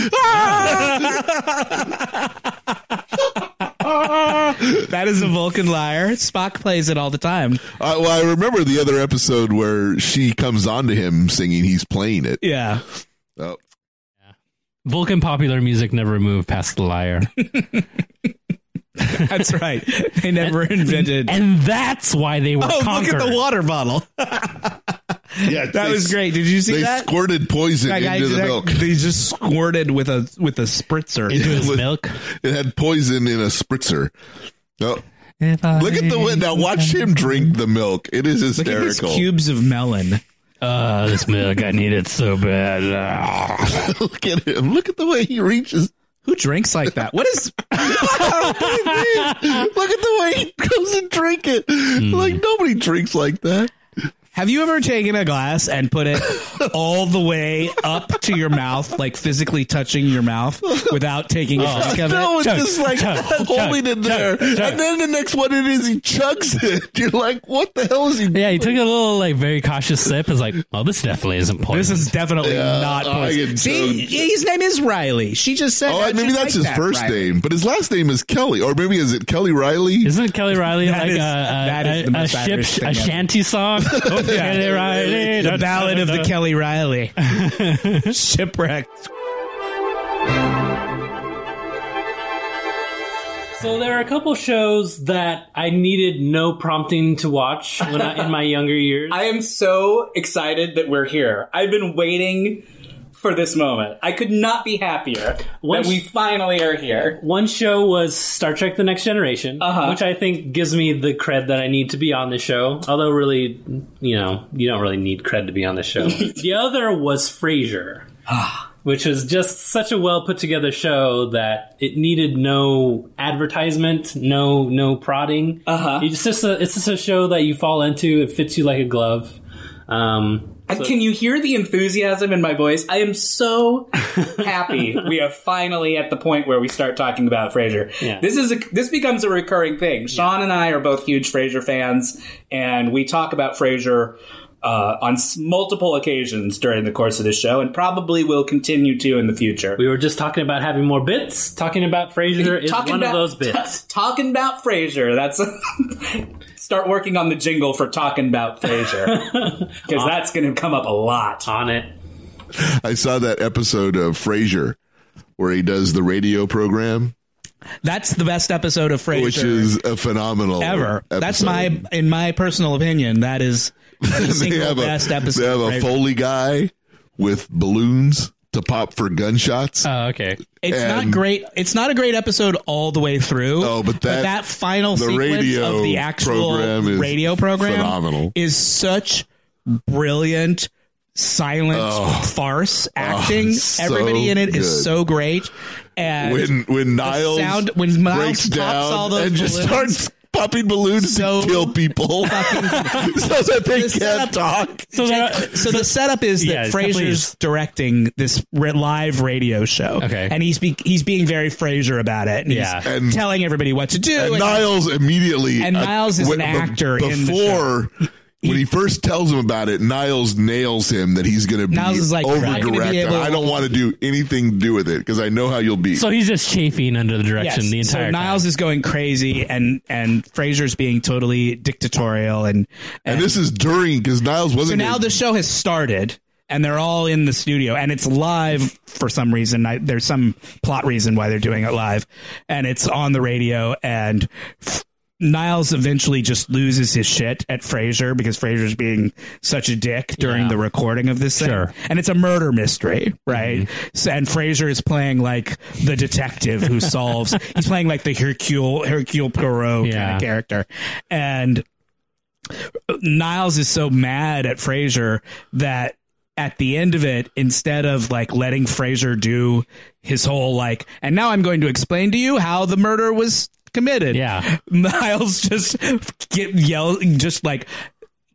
Speaker 1: that is a Vulcan liar. Spock plays it all the time.
Speaker 5: I, well, I remember the other episode where she comes on to him singing. He's playing it.
Speaker 1: Yeah.
Speaker 5: Oh.
Speaker 2: Vulcan popular music never moved past the liar.
Speaker 1: That's right. They never invented.
Speaker 2: and that's why they were
Speaker 1: oh,
Speaker 2: conquered.
Speaker 1: look at the water bottle.
Speaker 5: Yeah,
Speaker 1: That was great. Did you see
Speaker 5: They
Speaker 1: that?
Speaker 5: squirted poison
Speaker 1: That guy
Speaker 5: into the
Speaker 1: that-
Speaker 5: milk.
Speaker 1: They just squirted with a with a spritzer.
Speaker 2: Into his
Speaker 5: Look-
Speaker 2: milk.
Speaker 5: It had poison in a spritzer. Oh,
Speaker 2: If I-
Speaker 5: look at the wind. Now watch him drink the milk. It is
Speaker 1: Look at these
Speaker 5: hysterical.
Speaker 1: cubes of melon.
Speaker 2: Uh, this milk, I need it so bad. Ah.
Speaker 5: Look at him. Look at the way he reaches.
Speaker 1: Who drinks like that? What is?
Speaker 5: Look at the way he goes and drink it.
Speaker 1: Hmm.
Speaker 5: Like nobody drinks like that.
Speaker 1: Have you ever taken a glass and put it all the way up to your mouth, like physically touching your mouth without taking a drink of
Speaker 5: No,
Speaker 1: it?
Speaker 5: it's
Speaker 1: Chug,
Speaker 5: just like
Speaker 1: chug, chug,
Speaker 5: holding it there,
Speaker 1: chug, chug.
Speaker 5: and then the next one it is he chugs it. You're like, what the hell is he?
Speaker 2: Yeah, he took a little like very cautious sip. It's like, well, this definitely isn't poison.
Speaker 1: This is definitely
Speaker 5: Yeah,
Speaker 1: not.
Speaker 5: I
Speaker 1: poison.
Speaker 5: can
Speaker 1: See, his name is Riley. She just said.
Speaker 5: Oh,
Speaker 1: that
Speaker 5: maybe
Speaker 1: just
Speaker 5: that's
Speaker 1: like
Speaker 5: his
Speaker 1: that,
Speaker 5: first
Speaker 1: Riley.
Speaker 5: name, but his last name is Kelly, or maybe is it Kelly Riley?
Speaker 2: Isn't Kelly Riley
Speaker 1: That
Speaker 2: like
Speaker 1: is-
Speaker 2: a,
Speaker 1: that is
Speaker 2: a,
Speaker 1: the
Speaker 2: a, a
Speaker 1: most
Speaker 2: ship,
Speaker 1: Irish thing
Speaker 2: a
Speaker 1: ever.
Speaker 2: shanty song? Oh, Kelly Riley,
Speaker 1: The ballad of the Kelly Riley shipwrecked.
Speaker 2: So there are a couple shows that I needed no prompting to watch when I, in my younger years.
Speaker 6: I am so excited that we're here. I've been waiting for this moment. I could not be happier
Speaker 2: Once-
Speaker 6: that we finally are here.
Speaker 2: One show was Star Trek: The Next Generation,
Speaker 6: Uh-huh.
Speaker 2: which I think gives me the cred that I need to be on the show. Although, really, you know, you don't really need cred to be on the show. the other was Frasier,
Speaker 6: Ah.
Speaker 2: which was just such a well put together show that it needed no advertisement, no no prodding.
Speaker 6: Uh-huh.
Speaker 2: It's just a, it's just a show that you fall into. It fits you like a glove. Um,
Speaker 6: And Can you hear the enthusiasm in my voice? I am so happy we are finally at the point where we start talking about Frasier.
Speaker 2: Yeah.
Speaker 6: This is a, this becomes a recurring thing. Sean and I are both huge Frasier fans, and we talk about Frasier uh, on s- multiple occasions during the course of this show, and probably will continue to in the future.
Speaker 2: we were just talking about having more bits. Talking about Frasier is
Speaker 6: talking
Speaker 2: one
Speaker 6: about
Speaker 2: of those bits.
Speaker 6: t- talking about Frasier. That's start working on the jingle for talking about Frasier because that's going to come up a lot.
Speaker 2: on it.
Speaker 5: I saw that episode of Frasier where he does the radio program,
Speaker 1: That's the best episode of Frasier.
Speaker 5: which is a phenomenal
Speaker 1: ever. That's my,
Speaker 5: episode.
Speaker 1: in my personal opinion, that is the
Speaker 5: they
Speaker 1: single
Speaker 5: have
Speaker 1: best
Speaker 5: a
Speaker 1: episode.
Speaker 5: they have
Speaker 1: of
Speaker 5: a
Speaker 1: Frasier.
Speaker 5: Foley guy with balloons to pop for gunshots.
Speaker 2: Oh, okay.
Speaker 1: it's not
Speaker 5: and-
Speaker 1: great. It's not a great episode all the way through.
Speaker 5: Oh, but that-
Speaker 1: final
Speaker 5: the
Speaker 1: sequence
Speaker 5: radio
Speaker 1: of the actual
Speaker 5: program is
Speaker 1: radio program
Speaker 5: phenomenal.
Speaker 1: is such brilliant silent farce acting.
Speaker 5: Oh. it's so
Speaker 1: Everybody in it is
Speaker 5: good.
Speaker 1: so great. And
Speaker 5: when when Niles
Speaker 1: sound- when Niles
Speaker 5: breaks
Speaker 1: pops
Speaker 5: down
Speaker 1: all those
Speaker 5: and just
Speaker 1: balloons.
Speaker 5: starts popping balloons
Speaker 1: So
Speaker 5: to kill people so that they
Speaker 1: setup-
Speaker 5: can't talk.
Speaker 1: So, the setup is that
Speaker 2: Yeah,
Speaker 1: Fraser's directing this re- live radio show.
Speaker 2: Okay.
Speaker 1: and he's be- he's being very Fraser about it. And
Speaker 2: Yeah.
Speaker 1: he's
Speaker 5: And-
Speaker 1: telling everybody what to do.
Speaker 5: And
Speaker 1: and-
Speaker 5: Niles immediately uh,
Speaker 1: And Niles is an
Speaker 5: be-
Speaker 1: actor in the
Speaker 5: before. When he first tells him about it, Niles nails him that he's going to be
Speaker 1: Niles is like, "You're
Speaker 5: over
Speaker 1: not gonna be
Speaker 5: direct.
Speaker 1: able-
Speaker 5: I don't want to do anything to do with it because I know how you'll be.
Speaker 2: So he's just chafing under the direction the entire
Speaker 1: so Niles is going crazy, and and Fraser's being totally dictatorial, and
Speaker 5: and this is during because Niles
Speaker 1: so
Speaker 5: wasn't.
Speaker 1: now the show has started, and they're all in the studio, and it's live for some reason. I, there's some plot reason why they're doing it live, and it's on the radio, and. F- Niles eventually just loses his shit at Fraser because Fraser's being such a dick during the recording of this thing,
Speaker 2: Sure. Mm-hmm.
Speaker 1: and it's a murder mystery, right? So, and Fraser is playing like the detective who solves. he's playing like the Hercule Hercule Poirot kind
Speaker 2: Yeah.
Speaker 1: of character, and Niles is so mad at Fraser that at the end of it, instead of like letting Fraser do his whole like, and now I'm going to explain to you how the murder was committed.
Speaker 2: Yeah.
Speaker 1: Niles just get yell, just like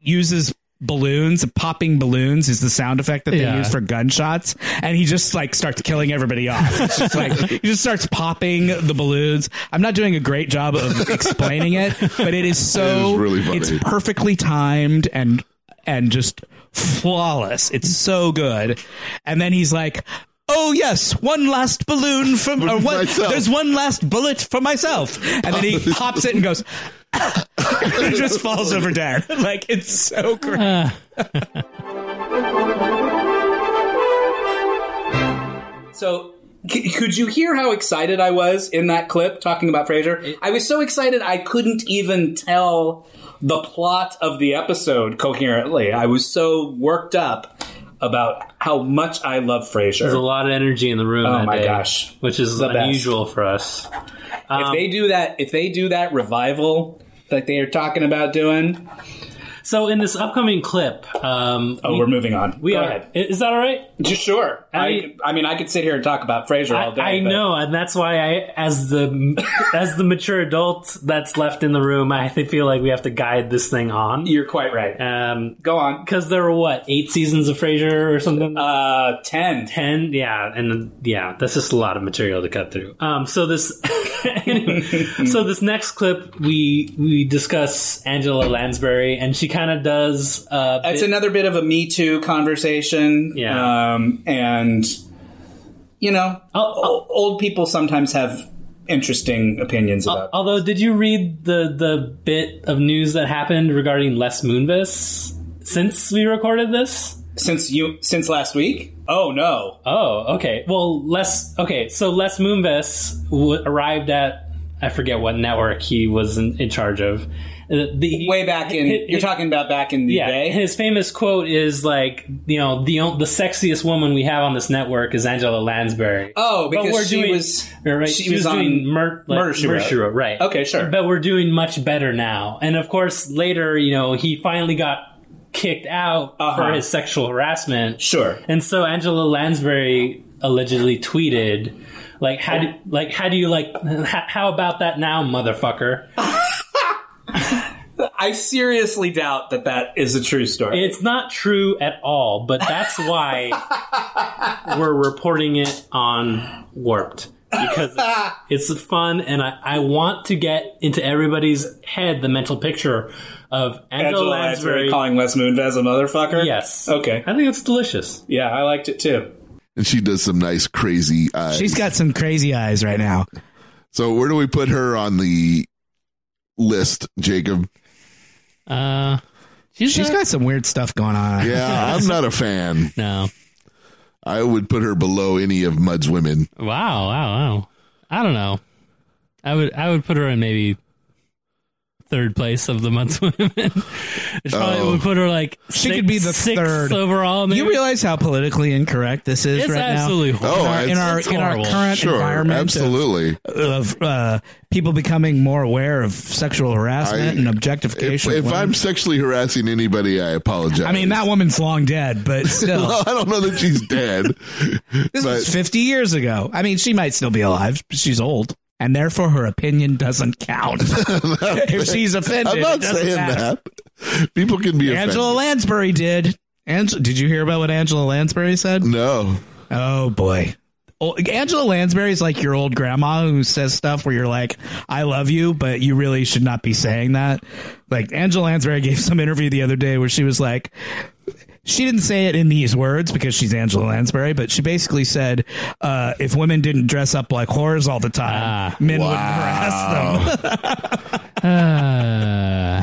Speaker 1: uses balloons, popping balloons is the sound effect that they
Speaker 2: Yeah.
Speaker 1: use for gunshots, and he just like starts killing everybody off. It's just like he just starts popping the balloons. I'm not doing a great job of explaining it, but it is so
Speaker 5: It is really funny.
Speaker 1: it's perfectly timed and and just flawless. It's so good. And then he's like, "Oh yes, one last balloon from or one,
Speaker 5: Myself.
Speaker 1: there's one last bullet for myself." And then he pops it and goes and just falls over dead. Like it's so great.
Speaker 6: So, c- could you hear how excited I was in that clip talking about Frasier? I was so excited I couldn't even tell the plot of the episode coherently. I was so worked up about how much I love Frasier.
Speaker 2: There's a lot of energy in the room.
Speaker 6: Oh
Speaker 2: that
Speaker 6: my
Speaker 2: day,
Speaker 6: gosh.
Speaker 2: which is
Speaker 6: The best.
Speaker 2: unusual for us.
Speaker 6: if they do that, if they do that revival that they are talking about doing,
Speaker 2: So in this upcoming clip, um,
Speaker 6: Oh,
Speaker 2: we,
Speaker 6: we're moving on.
Speaker 2: we
Speaker 6: Go
Speaker 2: are.
Speaker 6: ahead.
Speaker 2: Is that all right?
Speaker 6: Just sure. I, I mean, I could sit here and talk about Frasier all day.
Speaker 2: I, I
Speaker 6: but-
Speaker 2: know, and that's why I, as the as the mature adult that's left in the room, I feel like we have to guide this thing on.
Speaker 6: You're quite right.
Speaker 2: Um,
Speaker 6: Go on.
Speaker 2: because there were what eight seasons of Frasier or something.
Speaker 6: Uh, ten.
Speaker 2: Ten, yeah, and yeah, that's just a lot of material to cut through. Um, so this, so this next clip, we we discuss Angela Lansbury, and she kind of does. Uh,
Speaker 6: It's another bit of a Me Too conversation.
Speaker 2: Yeah. Uh,
Speaker 6: Um, and, you know,
Speaker 2: I'll-
Speaker 6: o- old people sometimes have interesting opinions
Speaker 2: Uh,
Speaker 6: about
Speaker 2: Although, did you read the the bit of news that happened regarding Les Moonves since we recorded this?
Speaker 6: since you since last week.
Speaker 2: uh,
Speaker 6: Oh no!
Speaker 2: Oh, okay. Well, Les. Okay, so Les Moonves w- arrived at I forget what network he was in, in charge of. Uh, The,
Speaker 6: Way back in,
Speaker 2: It- it-
Speaker 6: you're talking about back in the
Speaker 2: Yeah,
Speaker 6: day.
Speaker 2: his famous quote is like, you know, the o- the sexiest woman we have on this network is Angela Lansbury.
Speaker 6: oh,
Speaker 2: but
Speaker 6: because
Speaker 2: we're
Speaker 6: she
Speaker 2: doing-
Speaker 6: was
Speaker 2: Right,
Speaker 6: she
Speaker 2: she,
Speaker 6: was
Speaker 2: was, doing
Speaker 6: on
Speaker 2: mur- like,
Speaker 6: Murder, She Wrote.
Speaker 2: right?
Speaker 6: okay, sure.
Speaker 2: but we're doing much better now. And of course, later, you know, he finally got kicked out
Speaker 6: Uh-huh.
Speaker 2: for his sexual harassment.
Speaker 6: sure.
Speaker 2: And so Angela Lansbury allegedly tweeted, like, how do, like, how do you like, how, how about that now, motherfucker?
Speaker 6: I seriously doubt that that is a true story.
Speaker 2: It's not true at all, but that's why we're reporting it on Warped. Because it's fun, and I, I want to get into everybody's head the mental picture of Angela,
Speaker 6: Angela Lansbury
Speaker 2: Lansbury
Speaker 6: calling Les Moonves a motherfucker.
Speaker 2: Yes.
Speaker 6: Okay.
Speaker 2: I think it's delicious.
Speaker 6: Yeah, I liked it too.
Speaker 5: And she does some nice crazy eyes.
Speaker 1: She's got some crazy eyes right now.
Speaker 5: so where do we put her on the list, Jacob?
Speaker 13: Uh, she's,
Speaker 1: She's
Speaker 13: not-
Speaker 1: got some weird stuff going on.
Speaker 5: Yeah, I'm not a fan.
Speaker 13: no.
Speaker 5: I would put her below any of Mud's women.
Speaker 13: Wow, wow, wow. I don't know. I would I would put her in maybe third place of the month's women. She probably
Speaker 5: Oh.
Speaker 13: would put her like
Speaker 1: She
Speaker 13: six-
Speaker 1: could be the
Speaker 13: sixth
Speaker 1: third.
Speaker 13: overall. Maybe.
Speaker 1: You realize how politically incorrect this is
Speaker 13: it's
Speaker 1: right
Speaker 13: absolutely
Speaker 1: now.
Speaker 5: Oh,
Speaker 1: in our,
Speaker 13: it's-
Speaker 1: in our, in our
Speaker 13: it's
Speaker 1: current
Speaker 5: Sure,
Speaker 1: environment,
Speaker 5: absolutely.
Speaker 1: of, of uh, people becoming more aware of sexual harassment
Speaker 5: I-
Speaker 1: and
Speaker 5: If,
Speaker 1: objectification. of
Speaker 5: if
Speaker 1: women.
Speaker 5: I'm sexually harassing anybody, I apologize.
Speaker 1: I mean, that woman's long dead, but still,
Speaker 5: Well, I don't know that she's dead,
Speaker 1: this
Speaker 5: but
Speaker 1: was 50 years ago. I mean, she might still be alive. but She's old. And therefore, her opinion doesn't count. if she's offended,
Speaker 5: I'm not
Speaker 1: it doesn't
Speaker 5: saying
Speaker 1: matter.
Speaker 5: that. People can be
Speaker 1: Angela Lansbury did. Ange- did you hear about what Angela Lansbury said?
Speaker 5: offended. No,
Speaker 1: Oh boy. Oh, Angela Lansbury is like your old grandma who says stuff where you're like, I love you, but you really should not be saying that. Like, Angela Lansbury gave some interview the other day where she was like, she didn't say it in these words because she's Angela Lansbury, but she basically said, uh, if women didn't dress up like whores all the time, men wouldn't harass them.
Speaker 13: Uh,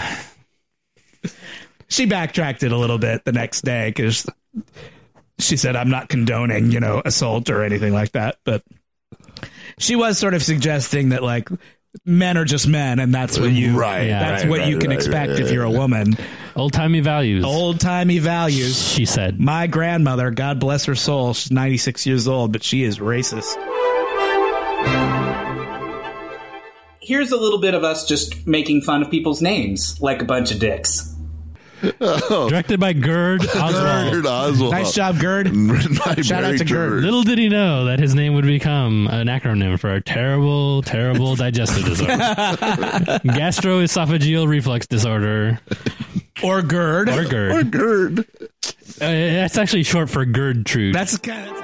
Speaker 1: she backtracked it a little bit the next day because she said, I'm not condoning, you know, assault or anything like that. But she was sort of suggesting that, like, men are just men and that's what you
Speaker 5: Right,
Speaker 1: that's
Speaker 5: right,
Speaker 1: what you
Speaker 5: right,
Speaker 1: can
Speaker 5: right,
Speaker 1: expect
Speaker 5: right,
Speaker 1: if you're a woman
Speaker 13: old timey values.
Speaker 1: old timey values
Speaker 13: she said.
Speaker 1: my grandmother god bless her soul she's 96 years old but she is racist
Speaker 6: Here's a little bit of us just making fun of people's names like a bunch of dicks.
Speaker 13: Directed by Gerd Oswald.
Speaker 5: Bernard Oswald.
Speaker 1: nice job gerd Shout
Speaker 5: Shout
Speaker 1: out to Gerd.
Speaker 13: Little did he know that his name would become an acronym for a terrible, terrible digestive disorder. Gastroesophageal reflux disorder,
Speaker 1: or gerd
Speaker 13: or GERD.
Speaker 5: Gerd.
Speaker 13: Uh, that's actually short for Gertrude.
Speaker 1: that's kind of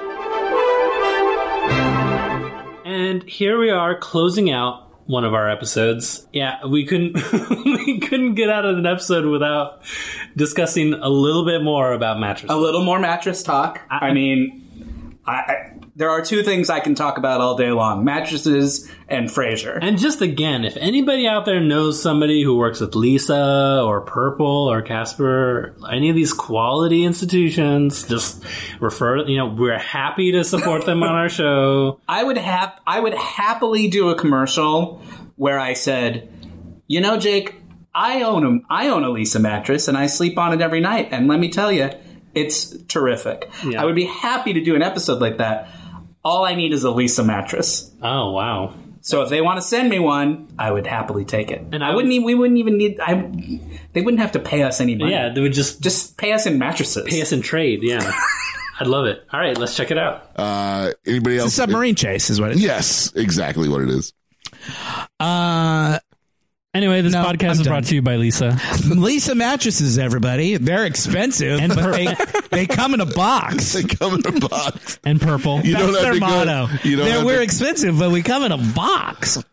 Speaker 2: And here we are closing out one of our episodes. Yeah, we couldn't we couldn't get out of an episode without discussing a little bit more about mattresses.
Speaker 6: A little more mattress talk. I, mean, I, I, there are two things I can talk about all day long: mattresses and Frasier.
Speaker 2: And just again, if anybody out there knows somebody who works with Lisa or Purple or Casper, any of these quality institutions, just refer. You know, we're happy to support them on our show.
Speaker 6: I would have I would happily do a commercial where I said, "You know, Jake, I own a I own a Lisa mattress and I sleep on it every night and let me tell you, it's terrific." I would be happy to do an episode like that. All I need is a Lisa mattress.
Speaker 2: Oh wow,
Speaker 6: So if they want to send me one, I would happily take it. And
Speaker 8: And
Speaker 6: I,
Speaker 8: I
Speaker 6: wouldn't. Even, we wouldn't even need. I. They wouldn't have to pay us any money.
Speaker 8: Yeah, they would just
Speaker 6: Just pay us in mattresses.
Speaker 8: pay us in trade. Yeah. I'd love it. All right, let's check it out.
Speaker 5: Uh, anybody
Speaker 1: It's a
Speaker 5: else?
Speaker 1: submarine chase is what it is.
Speaker 5: Yes, exactly what it is.
Speaker 1: Uh,
Speaker 2: Anyway, this
Speaker 1: No,
Speaker 2: podcast
Speaker 1: I'm
Speaker 2: is
Speaker 1: done.
Speaker 2: brought to you by Lisa.
Speaker 1: Lisa mattresses, everybody. They're expensive,
Speaker 2: And
Speaker 1: but
Speaker 2: per-
Speaker 1: they, they come in a box.
Speaker 5: They come in a box.
Speaker 2: and purple.
Speaker 5: You don't
Speaker 1: That's
Speaker 5: have
Speaker 1: their
Speaker 5: to go-
Speaker 1: motto.
Speaker 5: you don't
Speaker 1: They're-
Speaker 5: have
Speaker 1: we're
Speaker 5: to-
Speaker 1: expensive, but we come in a box.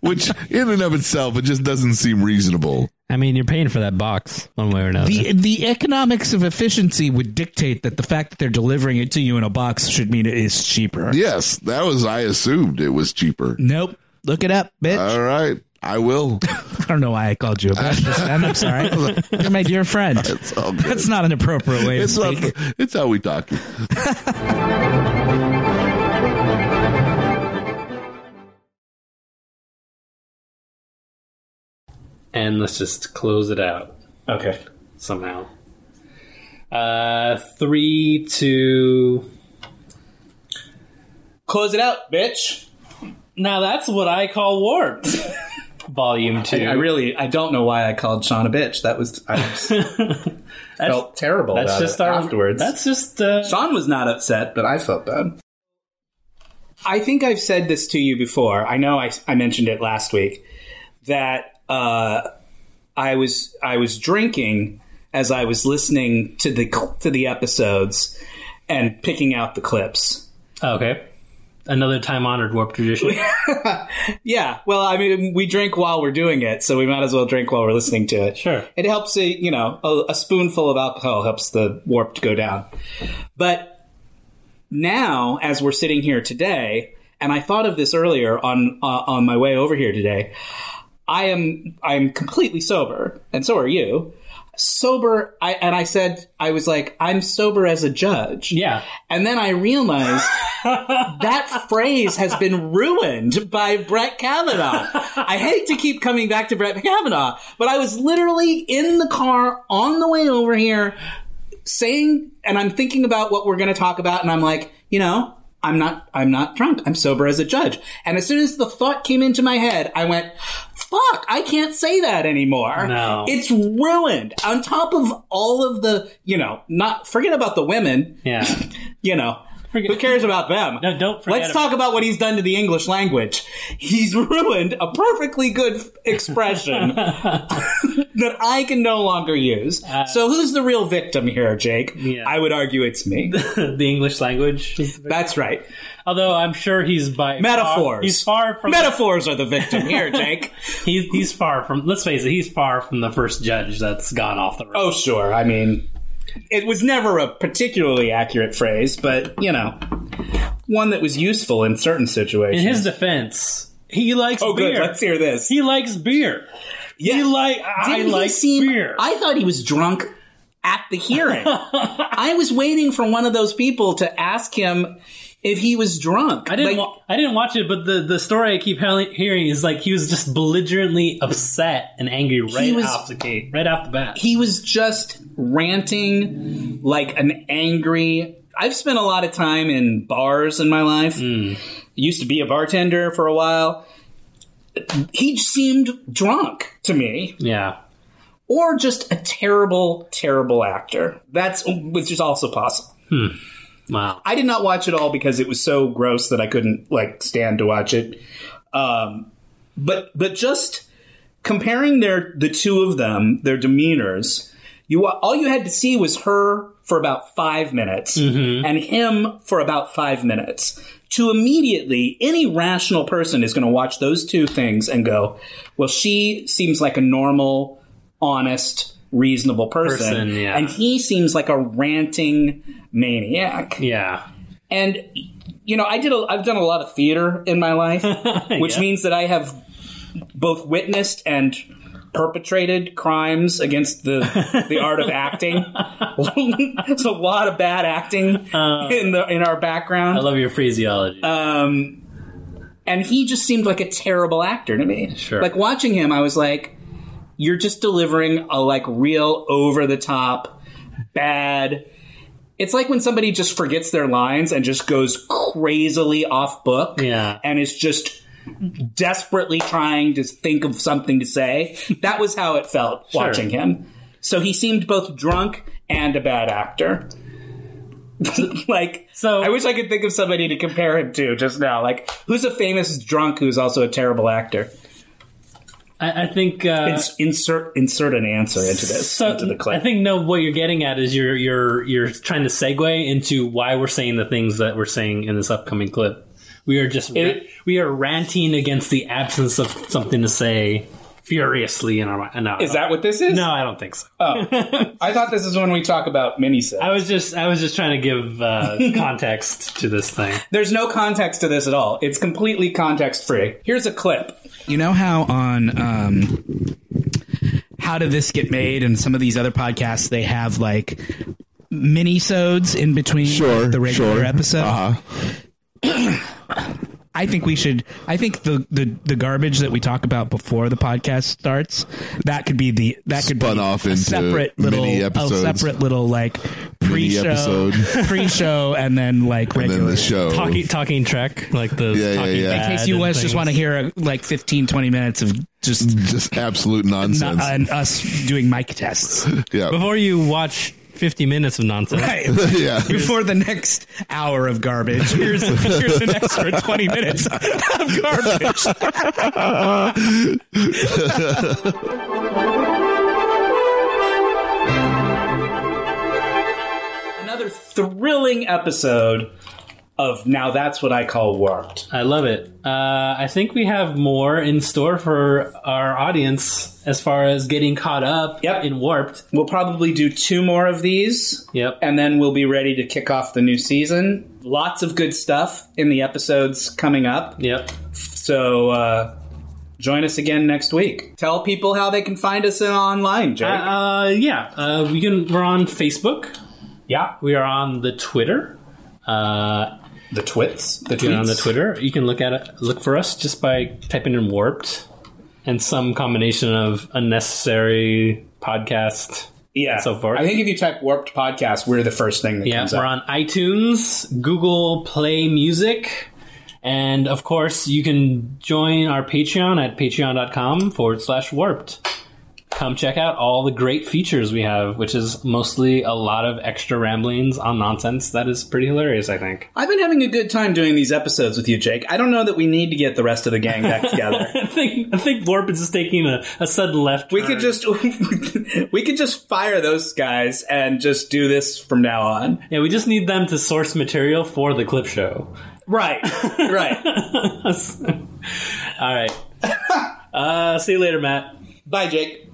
Speaker 5: Which, in and of itself, it just doesn't seem reasonable.
Speaker 2: I mean, you're paying for that box one way or another.
Speaker 1: The the economics of efficiency would dictate that the fact that they're delivering it to you in a box should mean it is cheaper.
Speaker 5: Yes, that was. I assumed it was cheaper.
Speaker 1: Nope. Look it up, bitch.
Speaker 5: All right, I will.
Speaker 1: I don't know why I called you a bitch. this time. I'm sorry. You're my dear friend.
Speaker 5: It's all good.
Speaker 1: That's not an appropriate way to
Speaker 5: It's,
Speaker 1: speak.
Speaker 5: not, it's how we talk.
Speaker 8: And let's just close it out
Speaker 6: Okay.
Speaker 8: somehow. Uh, three, two.
Speaker 6: Close it out, bitch.
Speaker 8: Now that's what I call warped. Volume two.
Speaker 6: I really. I don't know why I called Sean a bitch. That was. I just felt terrible.
Speaker 8: that's
Speaker 6: about
Speaker 8: just
Speaker 6: it
Speaker 8: our
Speaker 6: afterwards.
Speaker 8: That's just uh,
Speaker 6: Sean was not upset, but I felt bad. I think I've said this to you before. I know I, I mentioned it last week that uh, I was I was drinking as I was listening to the cl- to the episodes and picking out the clips.
Speaker 8: oh, okay. Another time honored warped tradition.
Speaker 6: Yeah, well, I mean, we drink while we're doing it, so we might as well drink while we're listening to it.
Speaker 8: Sure.
Speaker 6: it helps. A, you know, a, a spoonful of alcohol helps the warp to go down. But now, as we're sitting here today, and I thought of this earlier on uh, on my way over here today, I am I am completely sober, and so are you. Sober, I, and I said I was like I'm sober as a judge.
Speaker 8: Yeah.
Speaker 6: And then I realized that phrase has been ruined by Brett Kavanaugh. I hate to keep coming back to Brett Kavanaugh, but I was literally in the car on the way over here saying, and I'm thinking about what we're going to talk about, and I'm like, you know, I'm not, I'm not drunk. I'm sober as a judge. And as soon as the thought came into my head, I went, fuck, I can't say that anymore.
Speaker 8: No.
Speaker 6: It's ruined. On top of all of the, you know, not, forget about the women
Speaker 8: Yeah.
Speaker 6: you know, who cares about them?
Speaker 8: No, don't forget
Speaker 6: Let's talk about what he's done to the English language. He's ruined a perfectly good f- expression that I can no longer use.
Speaker 8: Uh,
Speaker 6: so who's the real victim here, Jake? I would argue it's me.
Speaker 8: the English language.
Speaker 6: That's right.
Speaker 8: Although I'm sure he's by
Speaker 6: Metaphors.
Speaker 8: Far, he's far from
Speaker 6: Metaphors are the victim here, Jake.
Speaker 8: He's he's far from. Let's face it, he's far from the first judge that's gone off the road.
Speaker 6: oh, sure. I mean, it was never a particularly accurate phrase, but, you know, one that was useful in certain situations.
Speaker 8: In his defense, he likes
Speaker 6: oh,
Speaker 8: beer.
Speaker 6: good. Let's hear this.
Speaker 8: He likes beer.
Speaker 6: Yeah.
Speaker 8: He like I
Speaker 6: Didn't he
Speaker 8: like
Speaker 6: seem-
Speaker 8: beer.
Speaker 6: I thought he was drunk at the hearing. I was waiting for one of those people to ask him if he was drunk.
Speaker 8: I didn't.
Speaker 6: Like,
Speaker 8: wa- I didn't watch it, but the, the story I keep he- hearing is like he was just belligerently upset and angry right
Speaker 6: was-
Speaker 8: off the gate, right off the bat.
Speaker 6: he was just ranting like an angry. I've spent a lot of time in bars in my life.
Speaker 8: Hmm.
Speaker 6: Used to be a bartender for a while. He seemed drunk to me,
Speaker 8: yeah,
Speaker 6: or just a terrible, terrible actor. That's which is also possible.
Speaker 8: wow.
Speaker 6: I did not watch it all because it was so gross that I couldn't like stand to watch it. Um, but but just comparing their the two of them, their demeanors, you wa- all you had to see was her for about five minutes
Speaker 8: Mm-hmm.
Speaker 6: and him for about five minutes. To immediately, any rational person is going to watch those two things and go, "Well, she seems like a normal, honest." reasonable person,
Speaker 8: Person, yeah.
Speaker 6: and he seems like a ranting maniac
Speaker 8: Yeah,
Speaker 6: and you know i did a, i've done a lot of theater in my life which means that i have both witnessed and perpetrated crimes against the the art of acting it's a lot of bad acting in the in our background
Speaker 8: I love your phraseology.
Speaker 6: um, and he just seemed like a terrible actor to me.
Speaker 8: Sure.
Speaker 6: Like watching him, I was like, "You're just delivering a like real over the top, bad." It's like when somebody just forgets their lines and just goes crazily off book.
Speaker 2: Yeah.
Speaker 6: And is just desperately trying to think of something to say. That was how it felt watching him. So he seemed both drunk and a bad actor. like
Speaker 2: So-
Speaker 6: I wish I could think of somebody to compare him to just now. Like who's a famous drunk who's also a terrible actor?
Speaker 2: I, I think uh,
Speaker 6: Ins- insert insert an answer into this
Speaker 2: so
Speaker 6: into the clip.
Speaker 2: I think no. What you're getting at is you're you're you're trying to segue into why we're saying the things that we're saying in this upcoming clip. We are just ra- we are ranting against the absence of something to say furiously in our mind. No,
Speaker 6: is that what this is?
Speaker 2: no? I don't think so.
Speaker 6: I thought this is when we talk about mini
Speaker 2: I was just I was just trying to give uh, context to this thing.
Speaker 6: There's no context to this at all. It's completely context free. Here's a clip.
Speaker 1: You know how on um, how did this get made and some of these other podcasts they have like mini-sodes in between
Speaker 5: Sure,
Speaker 1: the regular
Speaker 5: sure.
Speaker 1: episode.
Speaker 5: Uh-huh.
Speaker 1: I think we should. I think the, the the garbage that we talk about before the podcast starts that could be the that could
Speaker 5: Spun
Speaker 1: be
Speaker 5: off
Speaker 1: a
Speaker 5: into
Speaker 1: separate little
Speaker 5: mini
Speaker 1: a
Speaker 5: episodes.
Speaker 1: separate little like pre-show
Speaker 5: episode.
Speaker 1: pre-show and then like
Speaker 5: And
Speaker 1: regular
Speaker 5: then the show.
Speaker 2: Talking talking Trek like the
Speaker 5: Yeah, yeah,
Speaker 2: talking
Speaker 5: yeah. In
Speaker 1: In case you guys just want to hear uh, like 15, 20 minutes of just
Speaker 5: Just absolute nonsense.
Speaker 1: not, and us doing mic tests.
Speaker 5: yeah.
Speaker 2: before you watch 50 minutes of nonsense.
Speaker 5: yeah.
Speaker 1: Before the next hour of garbage, here's, here's an extra 20 minutes of garbage.
Speaker 6: Another thrilling episode of Now That's What I Call Warped.
Speaker 2: I love it. Uh, I think we have more in store for our audience as far as getting caught up
Speaker 6: Yep.
Speaker 2: in Warped.
Speaker 6: We'll probably do two more of these.
Speaker 2: Yep.
Speaker 6: And then we'll be ready to kick off the new season. Lots of good stuff in the episodes coming up.
Speaker 2: Yep.
Speaker 6: So uh, join us again next week. Tell people how they can find us in- online, Jake.
Speaker 2: Uh, yeah. Uh, we can, we're on Facebook.
Speaker 6: yeah.
Speaker 2: We are on the Twitter. Uh,
Speaker 6: The twits. The
Speaker 2: we're
Speaker 6: tweets.
Speaker 2: on the Twitter. You can look at it, look for us just by typing in Warped and some combination of unnecessary podcast.
Speaker 6: Yeah.
Speaker 2: so forth.
Speaker 6: I think if you type Warped Podcast, we're the first thing that
Speaker 2: Yeah,
Speaker 6: comes up.
Speaker 2: we're on iTunes, Google Play Music, and of course, you can join our Patreon at patreon.com forward slash warped. Come check out all the great features we have, which is mostly a lot of extra ramblings on nonsense that is pretty hilarious, I think.
Speaker 6: I've been having a good time doing these episodes with you, Jake. I don't know that we need to get the rest of the gang back together.
Speaker 2: I think I think Warped is taking a, a sudden left.
Speaker 6: We could just we could just fire those guys and just do this from now on.
Speaker 2: yeah, we just need them to source material for the clip show.
Speaker 6: Right. Right.
Speaker 2: all right. Uh, see you later, Matt.
Speaker 6: Bye, Jake.